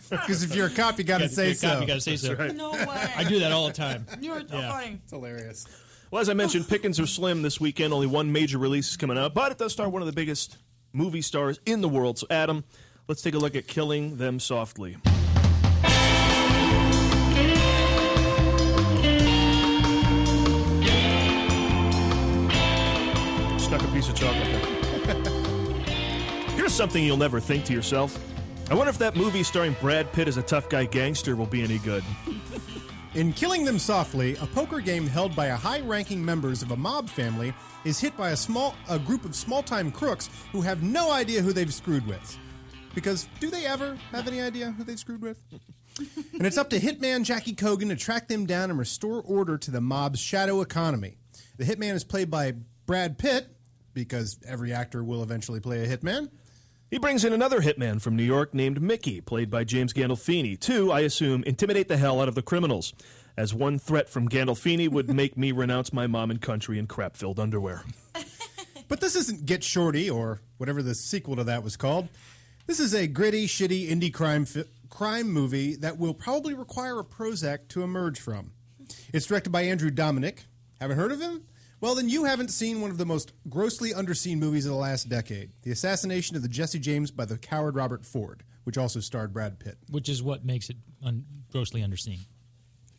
Because if you're a cop, you got to
If
say
you're a cop,
so.
You gotta say so.
<laughs> No way.
I do that all the time.
You're so
Yeah.
funny.
It's hilarious.
Well, as I mentioned, pickings are slim this weekend. Only one major release is coming up, but it does star one of the biggest movie stars in the world. So, Adam, let's take a look at Killing Them Softly. Stuck a piece of chocolate there. <laughs> Here's something you'll never think to yourself. I wonder if that movie starring Brad Pitt as a tough guy gangster will be any good.
In Killing Them Softly, a poker game held by a high-ranking members of a mob family is hit by a small a group of small-time crooks who have no idea who they've screwed with. Because do they ever have any idea who they've screwed with? and it's up to hitman Jackie Cogan to track them down and restore order to the mob's shadow economy. The hitman is played by Brad Pitt because every actor will eventually play a hitman.
He brings in another hitman from New York named Mickey, played by James Gandolfini, to, I assume, intimidate the hell out of the criminals, as one threat from Gandolfini would make me renounce my mom and country in crap filled underwear.
But this isn't Get Shorty or whatever the sequel to that was called. This is a gritty, shitty indie crime fi- crime movie that will probably require a Prozac to emerge from. It's directed by Andrew Dominic. Haven't heard of him? Well, then you haven't seen one of the most grossly underseen movies of the last decade: the assassination of the Jesse James by the coward Robert Ford, which also starred Brad Pitt.
Which is what makes it un- grossly underseen.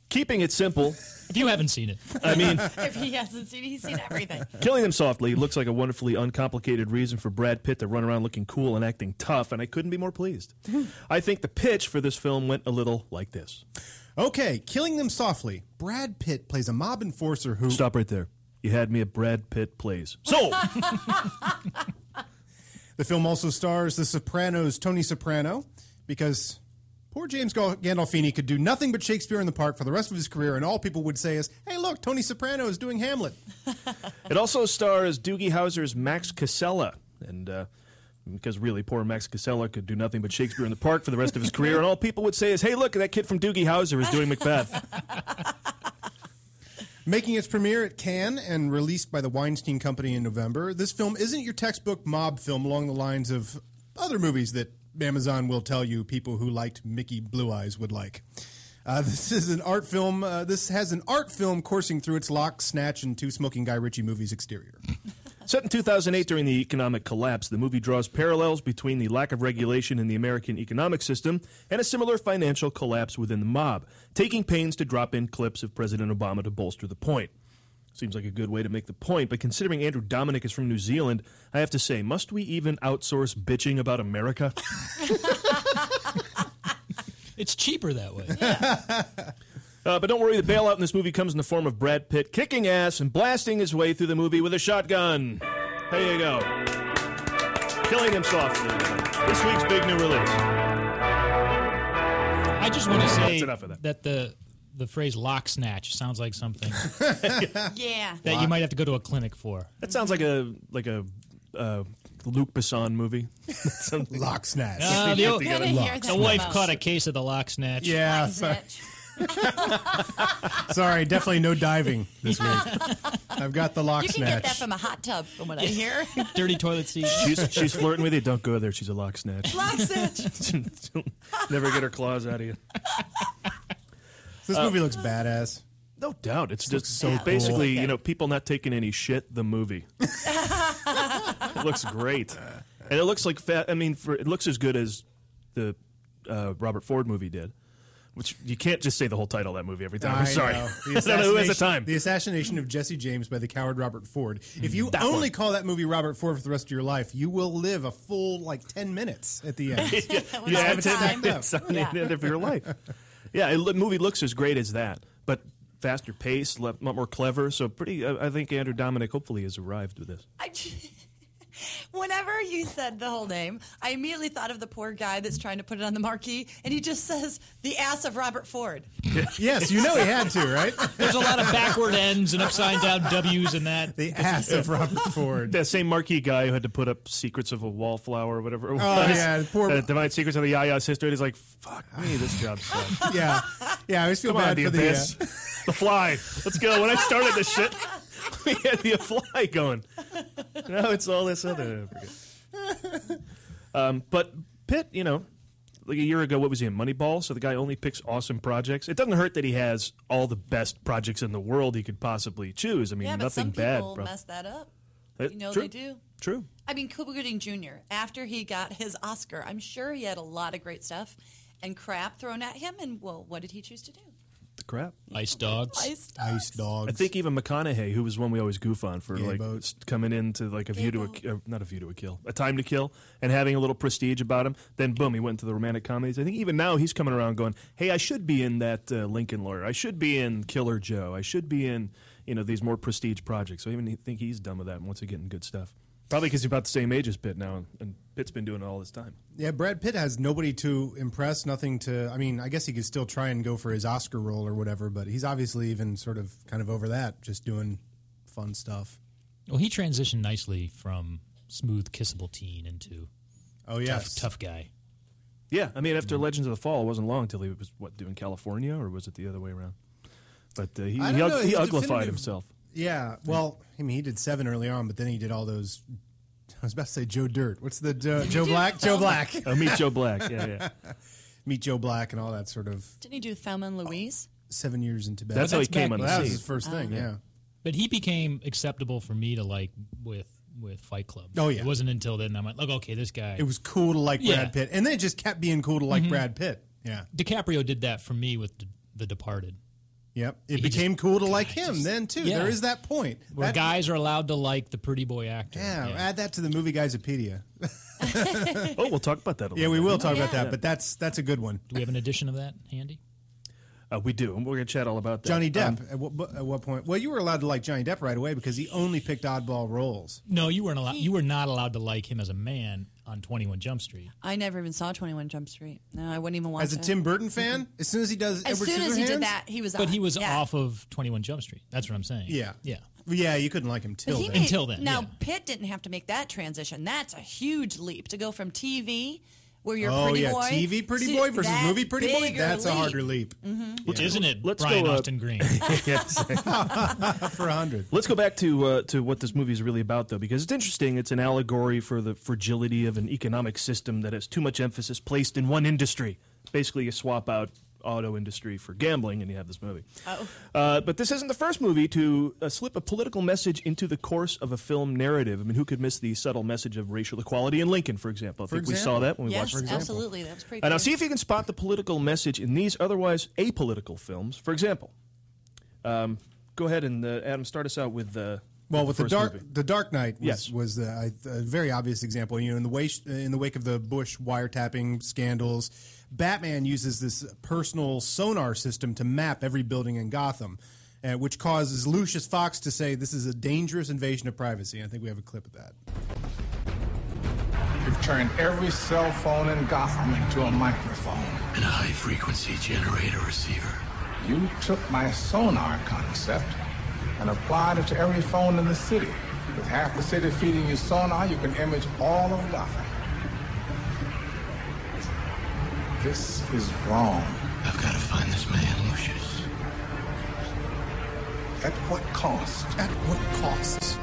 Keeping it simple.
If you haven't seen it,
I mean,
if he hasn't seen, he's seen
<laughs>
everything.
killing them softly looks like a wonderfully uncomplicated reason for Brad Pitt to run around looking cool and acting tough, and I couldn't be more pleased. I think the pitch for this film went a little like this.
Okay, killing them softly. Brad Pitt plays a mob enforcer who
Stop right there. You had me at Brad Pitt plays. So,
The film also stars The Sopranos' Tony Soprano, because poor James Gal- Gandolfini could do nothing but Shakespeare in the Park for the rest of his career, and all people would say is, "Hey, look, Tony Soprano is doing Hamlet."
It also stars Doogie Howser's Max Casella, and uh, because really poor Max Casella could do nothing but Shakespeare in the Park for the rest of his career, and all people would say is, "Hey, look, that kid from Doogie Howser is doing Macbeth."
Making its premiere at Cannes and released by the Weinstein Company in November, this film isn't your textbook mob film along the lines of other movies that Amazon will tell you people who liked Mickey Blue Eyes would like. Uh, <laughs> this is an art film. Uh, this has an art film coursing through its Lock, Snatch, and two smoking Guy Ritchie movies exterior.
Set in 2008 during the economic collapse, the movie draws parallels between the lack of regulation in the American economic system and a similar financial collapse within the mob, taking pains to drop in clips of President Obama to bolster the point. Seems like a good way to make the point, but considering Andrew Dominic is from New Zealand, I have to say, must we even outsource bitching about America?
It's cheaper that way.
Uh, but don't worry, the bailout in this movie comes in the form of Brad Pitt kicking ass and blasting his way through the movie with a shotgun. There you go. Killing him softly. This week's big new release.
I just want to say
That's enough of that.
that. the the phrase lock snatch sounds like something
Yeah.
that you might have to go to a clinic for.
That sounds like a like a uh, Luke Besson movie.
Lock snatch.
<laughs>
Uh, the old- the wife
snatch.
caught a case of the lock snatch.
Yeah, Lock sorry.
<laughs>
Sorry, definitely no diving this week. I've got the lock
you can get
snatch.
that from a hot tub, from what I hear.
<laughs> Dirty
<laughs>
toilet seat.
She's, she's flirting with you. Don't go there. She's a lock <laughs> snatch.
Lock snatch.
Never get her claws out of you.
This movie looks badass.
No doubt. It's just
so
so
cool.
basically,
Okay.
you know, people not taking any shit. The movie. <laughs> it looks great, and it looks like fat. I mean, for, it looks as good as the uh, Robert Ford movie did, which you can't just say the whole title of that movie every time. I'm
I
sorry. <laughs>
know.
I don't know who has the
assassination-
time.
The assassination of Jesse James by the coward Robert Ford. If you
Mm, That
only
one.
call that movie Robert Ford for the rest of your life, you will live a full like ten minutes at the
<laughs>
end.
yeah,
Not
you
a
haven't
time.
had <laughs> this on the end of your
<laughs>
life. Yeah, it- the movie looks as great as that, but faster paced, le- lot more clever. So pretty. I I think Andrew Dominic hopefully has arrived with this.
I j- <laughs> Whenever you said the whole name, I immediately thought of the poor guy that's trying to put it on the marquee, and he just says the ass of Robert Ford.
yes, you know he had to, right?
There's a lot of backward ends and upside down W's and that.
The ass of Robert
<laughs>
Ford.
That same marquee guy who had to put up Secrets of a Wallflower or whatever it was.
Oh, yeah, poor-
Uh, Divine Secrets of the Yaya's History. And he's like, fuck me, this job
<laughs>
sucks.
Yeah, yeah. I always feel
Come
bad
on, the
for
abyss.
the. Uh,
<laughs> the fly. Let's go. When I started this
<laughs>
shit, we had the fly going. Now it's all this other. I forget. Um, but Pitt, you know, like a year ago, what was he in Moneyball? So the guy only picks awesome projects. It doesn't hurt that he has all the best projects in the world he could possibly choose. I mean,
yeah, but
nothing
some
bad,
people
bro.
mess that up.
Uh,
You know
true.
they do.
True.
I mean, Cuba Gooding Jr. After he got his Oscar, I'm sure he had a lot of great stuff and crap thrown at him. And well, what did he choose to do?
The crap.
Ice dogs.
Ice
Ice dogs.
I think even McConaughey, who was one we always goof on for
Gay
like
boat.
s- coming into like a view to a, ki- uh, not a view to a kill, a time to kill, and having a little prestige about him. Then boom, he went to the romantic comedies. I think even now he's coming around going, "Hey, I should be in that uh, Lincoln Lawyer. I should be in Killer Joe. I should be in you know these more prestige projects." So I even he- think he's done with that and wants to get in good stuff. Probably because he's about the same age as Pitt now, and, and Pitt's been doing it all this time.
yeah, Brad Pitt has nobody to impress, nothing to. I mean, I guess he could still try and go for his Oscar role or whatever, but he's obviously even sort of kind of over that, just doing fun stuff.
Well, he transitioned nicely from smooth, kissable teen into
Oh, yes.
tough, tough guy.
Yeah, I mean, after
Mm-hmm.
Legends of the Fall, it wasn't long till he was what doing California, or was it the other way around? But uh, he, he,
I don't know,
ug- he
his
uglified
definitive-
himself.
Yeah. Well, I mean, he did seven early on, but then he did all those. <laughs> I was about to say Joe Dirt. What's the <laughs> Joe, Joe Black? Joe Black. <laughs>
Oh, Meet Joe Black. Yeah, yeah.
Meet Joe Black and all that sort of
Didn't he do Thelma and Louise?
seven years in Tibet.
That's how he came on the
Well, That was
scene.
his first thing. Oh, Yeah.
But he became acceptable for me to like with with Fight Club.
Oh, yeah.
It wasn't until then that I'm like, look, okay, this guy.
It was cool to like
Yeah. Mm-hmm.
Brad Pitt, and then it just kept being cool to like Brad Pitt. Yeah.
DiCaprio did that for me with D- The Departed.
Yep. It became cool to like him then too.
yeah.
There is that point.
Where
That-
guys are allowed to like the pretty boy actor.
yeah, Add that to the movie Guysopedia.
Oh, we'll talk about that. a
Yeah,
little
we
bit.
will talk about that, but that's that's a good one.
Do we have an edition of that handy?
Uh, we do, and we're going to chat all about that.
Johnny
Um,
Depp. at, what, at what point? Well, you were allowed to like Johnny Depp right away because he only picked oddball roles.
No, you weren't allowed. You were not allowed to like him as a man on Twenty One Jump Street.
I never even saw 21 Jump Street. No, I wouldn't even watch
Oh. As a
it.
Tim Burton fan, as soon as he does,
As
Edward
soon as he
Scissorhands,
did that, he was.
But
on.
he was
yeah.
off of Twenty One Jump Street. That's what I'm saying.
Yeah.
yeah.
Yeah, you couldn't like him
But
till
he
then.
made-
Until then,
Now
yeah.
Pitt didn't have to make that transition. That's a huge leap to go from TV, where you're
oh
pretty
yeah,
boy,
TV pretty
to
boy versus
that
movie pretty boy.
bigger
That's a
leap. Mm-hmm.
harder leap
let's-
Isn't it
Let's
Brian
go, uh,
Austin Green?
yes.
for a hundred.
Let's go back to uh, to what this movie is really about, though, because it's interesting. It's an allegory for the fragility of an economic system that has too much emphasis placed in one industry. Basically, you swap out auto industry for gambling, and you have this movie. Oh. Uh, but this isn't the first movie to uh, slip a political message into the course of a film narrative. I mean, who could miss the subtle message of racial equality in Lincoln, for example? I
For
think we saw
example.
that when we
Yes,
watched. it.
absolutely. That was pretty.
Uh, now,
cool.
see if you can spot the political message in these otherwise apolitical films. For example, um, go ahead and uh, Adam start us out with the
Well, with the,
first
dark,
movie.
the Dark Knight was,
Yes.
was the, I, a very obvious example. You know, in the wake in the wake of the Bush wiretapping scandals, Batman uses this personal sonar system to map every building in Gotham, uh, which causes Lucius Fox to say this is a dangerous invasion of privacy. I think we have a clip of that.
You've turned every cell phone in Gotham into a microphone
and a high frequency generator receiver.
You took my sonar concept and applied it to every phone in the city. With half the city feeding you sonar, you can image all of Gotham. This is wrong. I've got to find this man, Lucius. At what cost? At what cost?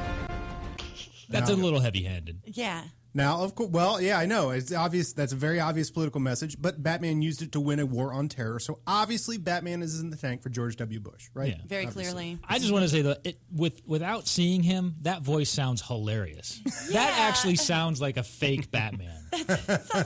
That's
Now-
a little heavy-handed.
Yeah.
Now, of course, well, yeah, I know. It's obvious. That's a very obvious political message, but Batman used it to win a war on terror. So obviously, Batman is in the tank for George W. Bush, right?
Yeah.
Very
Obviously. <laughs>
clearly.
I just want to say that it, with without seeing him, that voice sounds hilarious. That actually sounds like a fake Batman.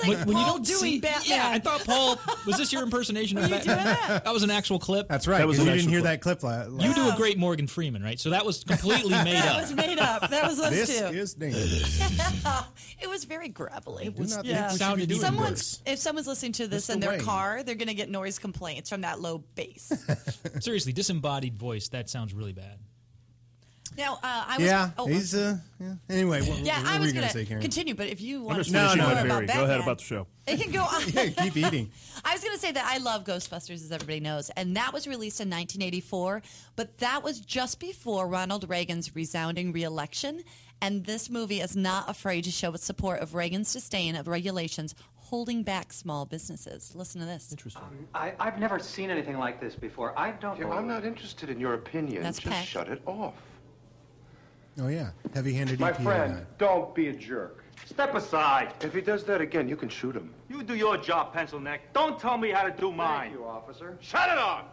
when, when
Paul doing Batman.
Yeah, I thought Paul was this your impersonation of Batman? That? was an actual clip.
That's right.
That was
you
an
didn't
actual
hear that clip. la- last
You do a great Morgan Freeman, right? So that
<laughs>
was completely made
Oh. that
up.
was made up. That was us
This
too.
is dangerous.
<laughs> it was very gravelly.
do was- not think we should be Sounded doing
someone's if someone's listening to this
Mr.
in their
Wayne.
car, they're going to get noise complaints from that low bass.
Seriously, disembodied voice. That sounds really bad.
<laughs> now, uh, I was
yeah,
oh,
he's uh, yeah. Anyway, what,
yeah,
what
I
were
was
you
going
say,
to
Karen?
continue, but if you want
just
to know
finishing my
more about
theory. Go ahead
Batman,
about the show.
It can
<laughs>
go on.
<laughs> yeah, keep eating.
I was going to say that I love Ghostbusters, as everybody knows, and that was released in 1984, but that was just before Ronald Reagan's resounding reelection. And this movie is not afraid to show its support of Reagan's disdain of regulations holding back small businesses. Listen to this. Interesting.
I, I've never seen anything like this before. I don't know. I'm not interested in your opinion.
That's Just Peck.
shut it off.
Oh yeah, heavy-handed.
My
EPA
friend,
guy.
don't be a jerk. Step aside. If he does that again, you can shoot him.
You do your job, pencil neck. Don't tell me how to do mine.
you, officer.
Shut it off.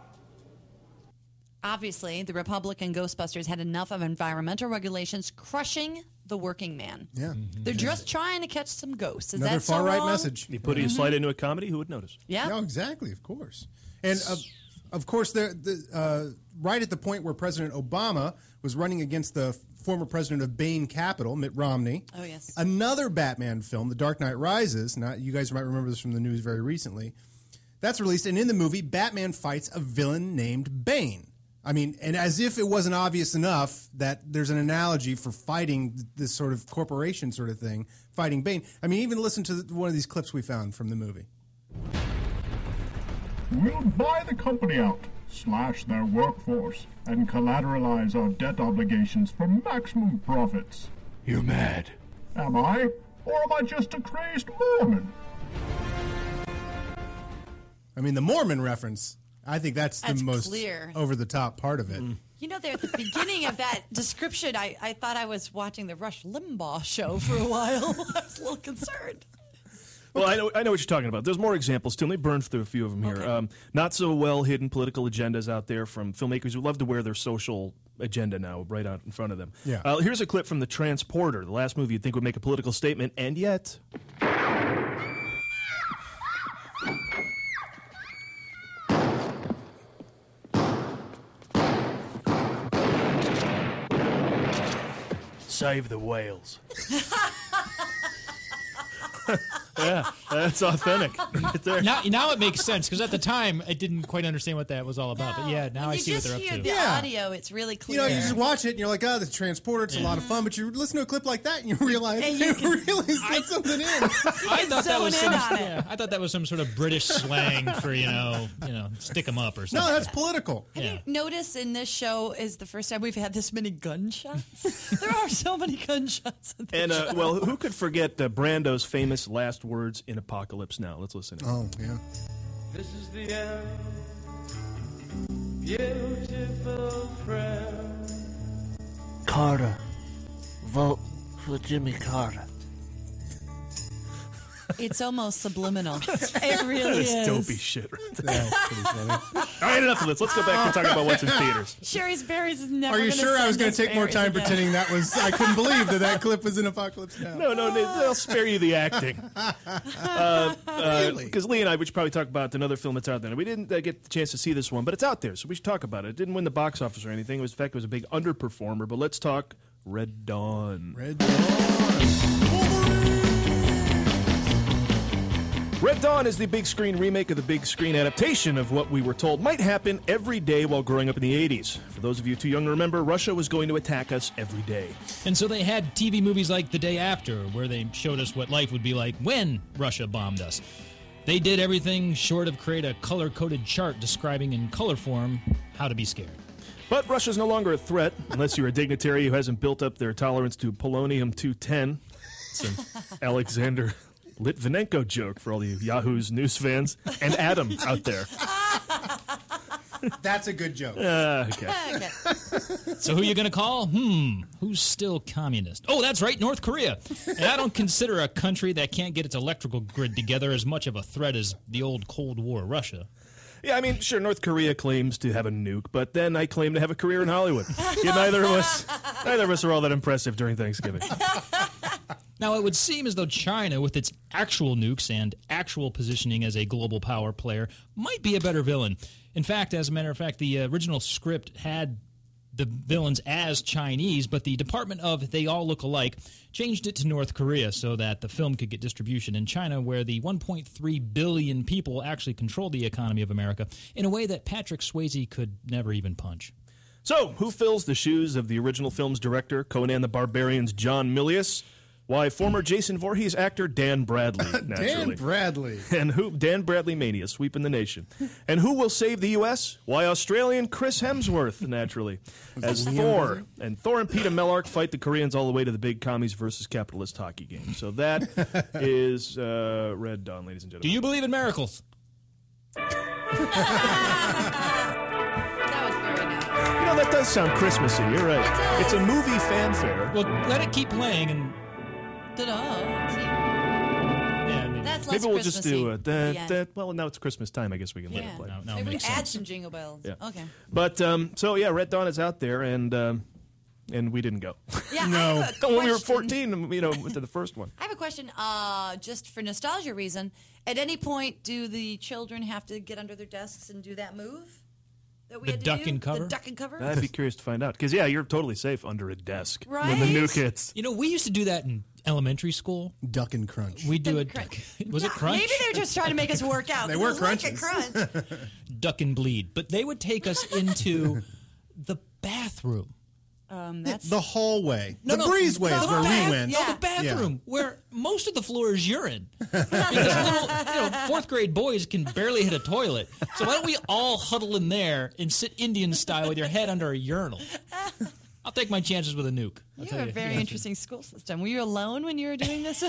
Obviously, the Republican Ghostbusters had enough of environmental regulations crushing the working man.
Yeah,
They're just trying to catch some ghosts. Is
another
that so
far right
wrong?
message.
You put a
Mhm.
slide into a comedy, who would notice?
Yeah.
No, exactly. Of course. And uh, of course, there, the, uh, right at the point where President Obama was running against the former president of Bain Capital, Mitt Romney.
Oh, yes.
Another Batman film, The Dark Knight Rises. Now, you guys might remember this from the news very recently. That's released, and in the movie, Batman fights a villain named Bane. I mean, and as if it wasn't obvious enough that there's an analogy for fighting th- this sort of corporation sort of thing, fighting Bane. I mean, even listen to the- one of these clips we found from the movie.
We'll buy the company out, slash their workforce, and collateralize our debt obligations for maximum profits. You're mad. Am I? Or am I just a crazed Mormon?
I mean, the Mormon reference. I think that's,
That's
the most
clear.
over the top part of it.
Mm.
You know, there at the beginning of that description, I, I thought I was watching the Rush Limbaugh show for a while. <laughs> I was a little concerned.
Well, I know, I know what you're talking about. There's more examples too. Let me burn through a few of them here. Um, not so well hidden political agendas out there from filmmakers who love to wear their social agenda now right out in front of them.
Yeah.
Uh, here's a clip from The Transporter, the last movie you'd think would make a political statement, and yet.
Save the whales.
yeah,
<laughs>
that's authentic. now, now it makes sense because at the time I didn't quite understand what that was all about. Oh, But yeah, now I
you
see what
just
they're up
hear
to.
the
Yeah.
audio; it's really
You
clear.
know, you just watch it and you're like, oh, the transporter,
Mm.
it's a lot of fun. But you listen to a clip like that and you realize
And
<laughs> you, really slipped something in.
I thought that was some, yeah, <laughs> I thought that was some sort of British slang for you know, you know, stick 'em up or
No,
something.
that's political.
yeah.
Notice in this show is the first time we've had this many
<laughs>
gunshots. there are so many gunshots. In this
And, uh,
show.
well, who could forget uh, Brando's famous last words in Apocalypse Now? Let's listen.
Oh, yeah.
This is the end, beautiful friend.
Carter. Vote for Jimmy Carter.
It's almost
<laughs>
subliminal. It really
That's
is.
dopey shit right there. All right, enough of this. Let's go back and talk about what's in theaters.
Sherry's berries is never.
Are you
gonna
sure I was
send
going
us
to take more
berries <laughs>
time
again.
pretending that was? I couldn't believe that that clip was in Apocalypse Now.
No, no, they- they'll spare you the acting. Because uh, uh, 'cause Lee and I, we should probably talk about another film that's out there. We didn't uh, get the chance to see this one, but it's out there, so we should talk about it. It didn't win the box office or anything. It was, in fact, it was a big underperformer, but let's talk Red Dawn.
Red
Red Dawn is the big screen remake of the big screen adaptation of what we were told might happen every day while growing up in the 80s. For those of you too young to remember, Russia was going to attack us every day.
And so they had TV movies like The Day After, where they showed us what life would be like when Russia bombed us. They did everything short of create a color coded chart describing in color form how to be scared.
But Russia's no longer a threat unless you're a dignitary who hasn't built up their tolerance to polonium 210. It's an Alexander Litvinenko joke for all you Yahoo's news fans and Adam out there.
That's a good joke.
Uh, okay.
So who you going to call? Hmm, who's still communist? Oh, that's right, North Korea. And I don't consider a country that can't get its electrical grid together as much of a threat as the old Cold War Russia.
Yeah, I mean, sure, North Korea claims to have a nuke, but then I claim to have a career in Hollywood. Yeah, neither of us, neither of us are all that impressive during Thanksgiving.
Now, it would seem as though China, with its actual nukes and actual positioning as a global power player, might be a better villain. In fact, as a matter of fact, the uh, original script had the villains as Chinese, but the Department of They All Look Alike changed it to North Korea so that the film could get distribution in China, where the 1.3 billion people actually control the economy of America in a way that Patrick Swayze could never even punch.
So, who fills the shoes of the original film's director, Conan the Barbarian's John Milius? Why, former Jason Voorhees actor Dan Bradley, naturally.
Bradley.
And who Dan Bradley mania sweeping the nation. And who will save the US? Why Australian Chris Hemsworth, naturally. As
Liam, was
Thor. And Thor and Peter Mellark fight the Koreans all the way to the big commies versus capitalist hockey game. So that is uh, Red Dawn, ladies and gentlemen.
Do you believe in miracles?
You know, that does sound Christmassy. You're right. It's a movie fanfare.
Well, let it keep playing and.
That's less
Maybe we'll just do it.
Christmassy.
That,
Yeah.
that, well, now it's Christmas time. I guess we can let
Yeah.
it play.
Maybe we add some jingle bells.
Yeah. <sighs>
Okay.
But um, so yeah, Red Dawn is out there, and um, and we didn't go. <laughs>
Yeah, I No. have a
when we were
question.
fourteen, you know, went to the first one.
I have a question, uh, just for nostalgia reason. At any point, do the children have to get under their desks and do that move that we
The
had to
duck
do?
and cover?
The duck and cover. <laughs>
I'd be curious to find out because yeah, you're totally safe under a desk when
Right?
the nuke
<laughs>
hits.
You know, we used to do that in elementary school.
Duck and crunch.
We do a duck. <laughs> Was it crunch?
Maybe they're just trying to make us work
<laughs>
out.
They
'cause
were
it's like a
crunches.
crunch.
duck and bleed. But they would
<laughs>
take us into the bathroom.
Um,
Yeah, the hallway.
No,
the
no,
breezeway is
the
where
bath-
we went.
No, the bathroom where most of the floor is
<laughs>
urine. Because little, you know, fourth grade boys can barely hit a toilet. So why don't we all huddle in there and sit Indian style with your head under a urinal? I'll take my chances with a nuke. I'll
You
tell
have a
you.
very
Yeah.
interesting school system. Were you alone when you were doing this?
I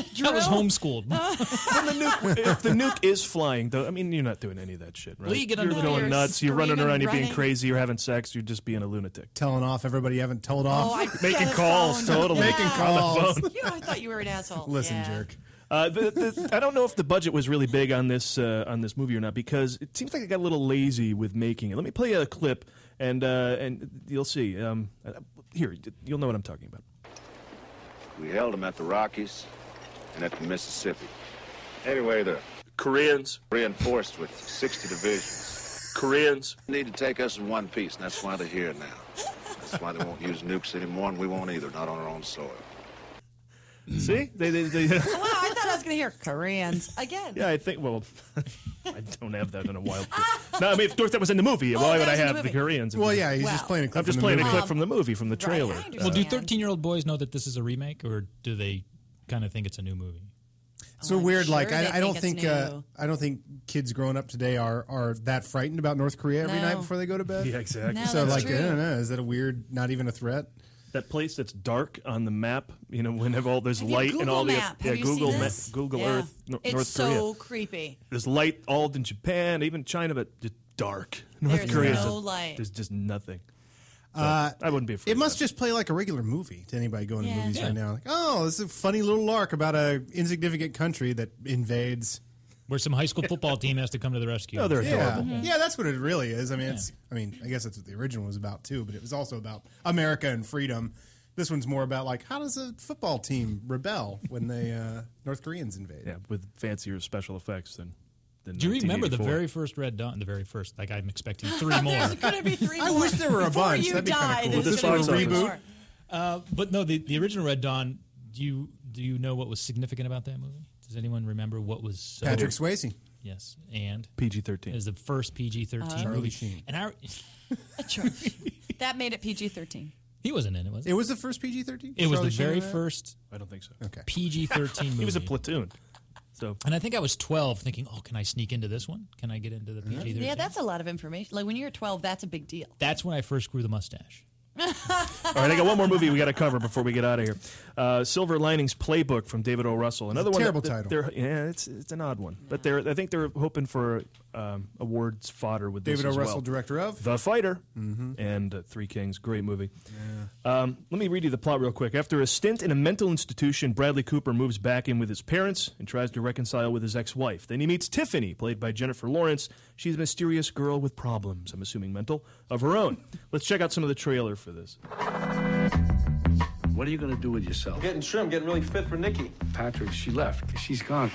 <laughs>
was homeschooled.
if the nuke is flying, though, I mean, you're not doing any of that shit, right?
Lee, get
you're
under there.
going
You're
nuts. You're running
screaming,
around. You're being
running.
crazy. You're having sex. You're just being a lunatic.
Telling off everybody you haven't told off.
making calls. Totally
Making
On
calls.
the phone.
You know, I thought you were an asshole.
<laughs> Listen,
Yeah.
jerk. Uh, the, the, I don't know if the budget was really big on this uh, on this movie or not because it seems like I got a little lazy with making it. Let me play a clip and uh, and you'll see. Um, uh, here, you'll know what I'm talking about.
We held them at the Rockies and at the Mississippi. Anyway, the Koreans reinforced with 60 divisions. Koreans need to take us in one piece, and that's why they're here now. That's why they won't use nukes anymore, and we won't either, not on our own soil.
See, they, they, they <laughs>
Wow, I thought I was going to hear Koreans again.
yeah, I think. Well, <laughs> I don't have that in a wild. clip. no, I mean, if that was in the movie, why would
Oh,
I
in the
have the,
movie.
Koreans?
Well, yeah, he's just Wow. playing a clip
I'm just
from the
playing a
movie.
clip
Um,
from the movie, from the trailer.
Well, do
Uh,
13 year old boys know that this is a remake, or do they kind of think it's a new movie?
So weird. like
sure
I,
they
I don't
think
think
it's
uh,
new.
I don't think kids growing up today are are that frightened about North Korea every
No.
night before they go to bed.
Yeah, exactly. No,
so
that's
like
true.
I don't know. Is that a weird? Not even a threat.
that place that's dark on the map, you know, whenever all there's light and
Google
all
map.
the yeah,
Have you seen
Google Ma-
this?
Google
Yeah.
Earth, Nor-
It's
North Korea.
so creepy.
There's light all in Japan, even China, but just dark. North
There's
Korea,
no
just-
light.
There's just nothing.
Uh,
I wouldn't be afraid.
It must just play like a regular movie to anybody going
Yeah.
to movies
Yeah.
right now. Like, oh, this is a funny little lark about a insignificant country that invades.
Where some high school football team has to come to the rescue.
<laughs>
Oh, they're
Yeah.
adorable.
Mhm.
Yeah, that's what it really is. I mean, it's. I mean, I guess that's what the original was about too. But it was also about America and freedom. This one's more about like how does a football team rebel when they uh, North Koreans invade?
Yeah, with fancier special effects than. than
Do you remember the
1984.
very first Red Dawn? The very first, like I'm
<laughs>
expecting three more.
There's
gonna be three
I
more.
wish there were a
Before
bunch.
you
That'd be
die,
kinda cool.
there's
Is this
gonna
for a
be three
reboot?
more.
Uh, but no, the, the original Red Dawn. Do you do you know what was significant about that movie? Does anyone remember what was so
Patrick Swayze.
Yes, and
PG thirteen
is the first PG thirteen
Oh. Charlie
movie.
Sheen.
And I,
<laughs> That made it PG 13.
he wasn't in it, was he?
It was the first PG thirteen.
It was the very first.
I don't think so.
Okay.
PG thirteen movie.
He was a platoon. So
and I think I was twelve, thinking, "Oh, can I sneak into this one? Can I get into the PG thirteen?
Yeah, that's a lot of information. Like when you're 12, that's a big deal.
That's when I first grew the mustache.
All right, I got one more movie we got to cover before we get out of here. Uh, Silver Linings Playbook from David O. Russell. Another
It's a
one.
terrible
that- that
title.
They're, yeah, it's it's an odd one, but they're I think they're hoping for um, awards fodder with
David
this
O.
as well.
Russell, director of
The Fighter and uh, Three Kings. Great movie. Um, let me read you the plot real quick. After a stint in a mental institution, Bradley Cooper moves back in with his parents and tries to reconcile with his ex wife. Then he meets Tiffany, played by Jennifer Lawrence. She's a mysterious girl with problems, I'm assuming mental, of her <laughs> own. Let's check out some of the trailer for this.
What are you going to do with yourself?
Getting trim, getting really fit for Nikki.
Patrick, she left. She's gone.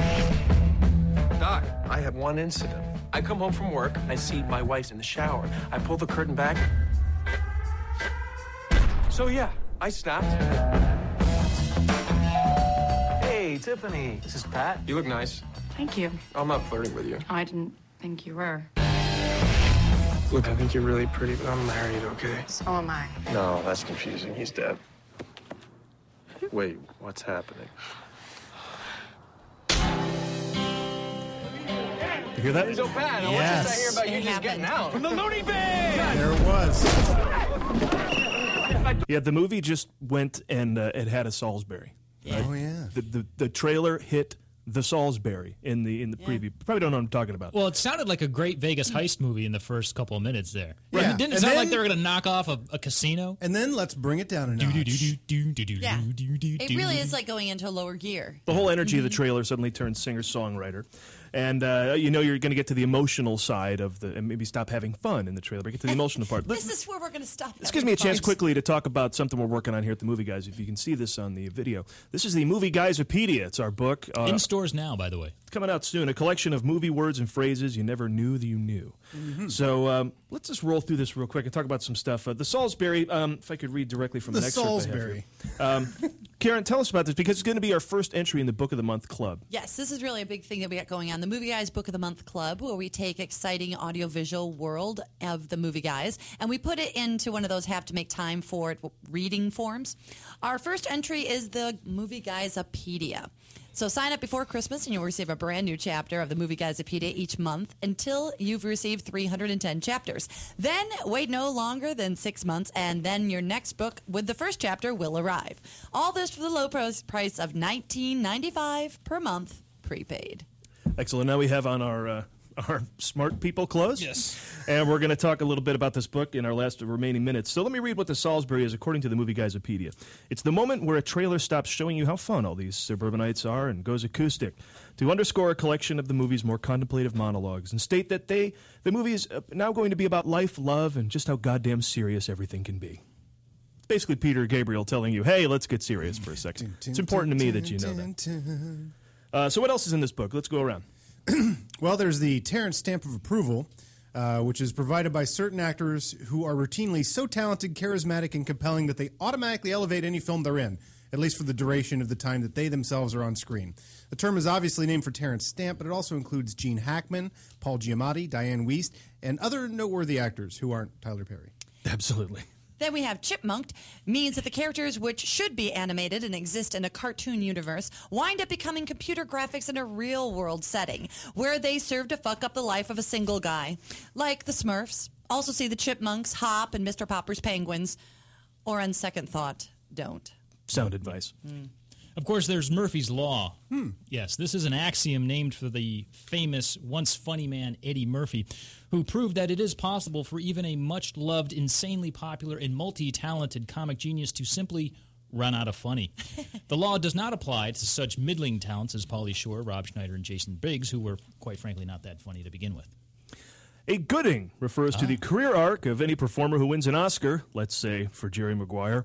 Doc, I had one incident. I come home from work, I see my wife's in the shower. I pull the curtain back. So yeah, I snapped. Hey, Tiffany. This is Pat. You look nice.
Thank you.
I'm not flirting with you.
Uh,
I didn't think you were.
Look, I think you're really pretty, but I'm married, okay?
So am I.
No, that's confusing. He's dead. Wait, what's happening?
You hear that?
So bad.
Yes.
I hear about you just getting out from the loony bin.
There was.
Yeah, the movie just went and uh, it had a Salisbury. right?
Oh yeah.
The, the the trailer hit the Salisbury in the in the preview. Probably don't know what I'm talking about.
Well, it sounded like a great Vegas heist movie in the first couple of minutes there.
Yeah.
It didn't
And
sound
then-
like they were going to knock off a, a casino.
And then let's bring it down a notch.
Yeah. It really is like going into lower gear.
The whole energy
Mm-hmm.
of the trailer suddenly turns singer songwriter, and uh, you know you're going to get to the emotional side of the and maybe stop having fun in the trailer, but get to the emotional part. Let-
This is where we're going to stop.
This gives me a chance quickly to talk about something we're working on here at the Movie Guys. If you can see this on the video, this is the Movie Guysopedia. It's our book uh,
In stores now, by the way.
It's coming out soon. A collection of movie words and phrases you never knew that you knew.
Mm-hmm.
So um, let's just roll through this real quick and talk about some stuff. Uh, the Salisbury, um, if I could read directly from
The
an excerpt I have
Salisbury.
here. Um, Karen, tell us about this because it's going to be our first entry in the Book of the Month Club.
Yes, this is really a big thing that we got going on. The Movie Guys Book of the Month Club, where we take exciting audiovisual world of the movie guys and we put it into one of those have to make time for it reading forms. Our first entry is the Movie Guysopedia. So sign up before Christmas and you'll receive a brand new chapter of the Movie Guysopedia each month until you've received 310 chapters. Then wait no longer than six months and then your next book with the first chapter will arrive. All this for the low price price of $19.95 per month prepaid.
Excellent. Now we have on our uh, our smart people clothes. Yes. And we're going to talk a little bit about this book in our last remaining minutes. So let me read what the Salisbury is according to the movie Guysopedia. It's the moment where a trailer stops showing you how fun all these suburbanites are and goes acoustic to underscore a collection of the movie's more contemplative monologues and state that they the movie is uh, now going to be about life, love, and just how goddamn serious everything can be. It's Basically, Peter Gabriel telling you, "Hey, let's get serious for a second. It's important to me that you know that." Uh, so, what else is in this book? Let's go around.
Well, there's the Terrence stamp of approval, uh, which is provided by certain actors who are routinely so talented, charismatic, and compelling that they automatically elevate any film they're in, at least for the duration of the time that they themselves are on screen. The term is obviously named for Terrence Stamp, but it also includes Gene Hackman, Paul Giamatti, Diane Wiest, and other noteworthy actors who aren't Tyler Perry.
<laughs> Absolutely.
Then we have chipmunked, means that the characters which should be animated and exist in a cartoon universe wind up becoming computer graphics in a real world setting where they serve to fuck up the life of a single guy, like the Smurfs. Also see the chipmunks, Hop, and Mr. Popper's penguins, or on second thought, don't.
Sound advice.
Of course, there's Murphy's Law. Yes, this is an axiom named for the famous, once funny man Eddie Murphy, who proved that it is possible for even a much loved, insanely popular, and multi talented comic genius to simply run out of funny. the law does not apply to such middling talents as Polly Shore, Rob Schneider, and Jason Biggs, who were, quite frankly, not that funny to begin with.
A Gooding refers to the career arc of any performer who wins an Oscar, let's say for Jerry <laughs> Maguire,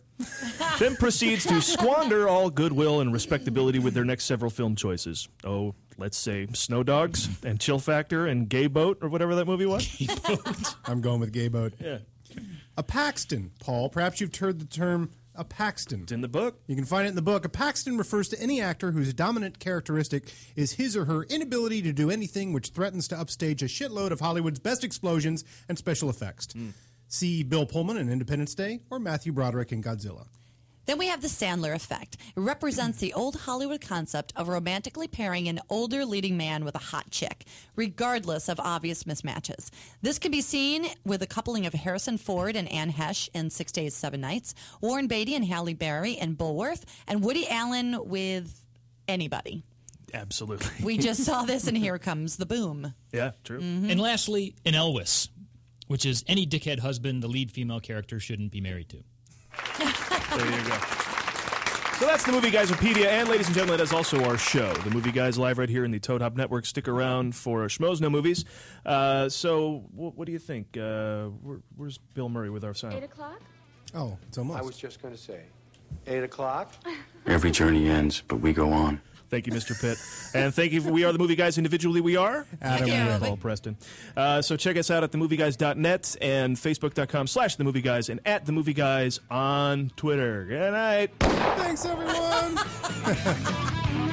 then proceeds to squander all goodwill and respectability with their next several film choices. Oh, let's say Snow Dogs and Chill Factor and Gay Boat or whatever that movie was. <laughs>
I'm going with Gay Boat.
Yeah.
A Paxton, Paul. Perhaps you've heard the term a Paxton. It's
in the book.
You can find it in the book. A Paxton refers to any actor whose dominant characteristic is his or her inability to do anything which threatens to upstage a shitload of Hollywood's best explosions and special effects.
Hmm.
See Bill Pullman in Independence Day or Matthew Broderick in Godzilla.
Then we have the Sandler effect. It represents the old Hollywood concept of romantically pairing an older leading man with a hot chick, regardless of obvious mismatches. This can be seen with the coupling of Harrison Ford and Anne Hesh in Six Days, Seven Nights, Warren Beatty and Halle Berry in Bullworth, and Woody Allen with anybody.
Absolutely. Mm-hmm.
We just saw this in Here Comes the Boom.
Yeah, true.
And lastly, an Elwes, which is any dickhead husband the lead female character shouldn't be married to.
There you go. So that's the Movie Guys Wikipedia, and ladies and gentlemen, that is also our show. The Movie Guys live right here in the Toad Hop Network. Stick around for Schmoes No Movies. Uh, so, wh- what do you think? Uh, where, where's Bill Murray with our sound?
o'clock?
Oh, it's almost.
I was just going to say, 8 o'clock?
Every journey ends, but we go on.
Thank you, Mr. Pitt. and thank you for We Are the Movie Guys individually. We are
Adam Thank you. and
Paul Preston. Uh, so check us out at themovieguys.net and facebook.com slash themovieguys and at themovieguys on Twitter. Good night.
<laughs>
Thanks, everyone.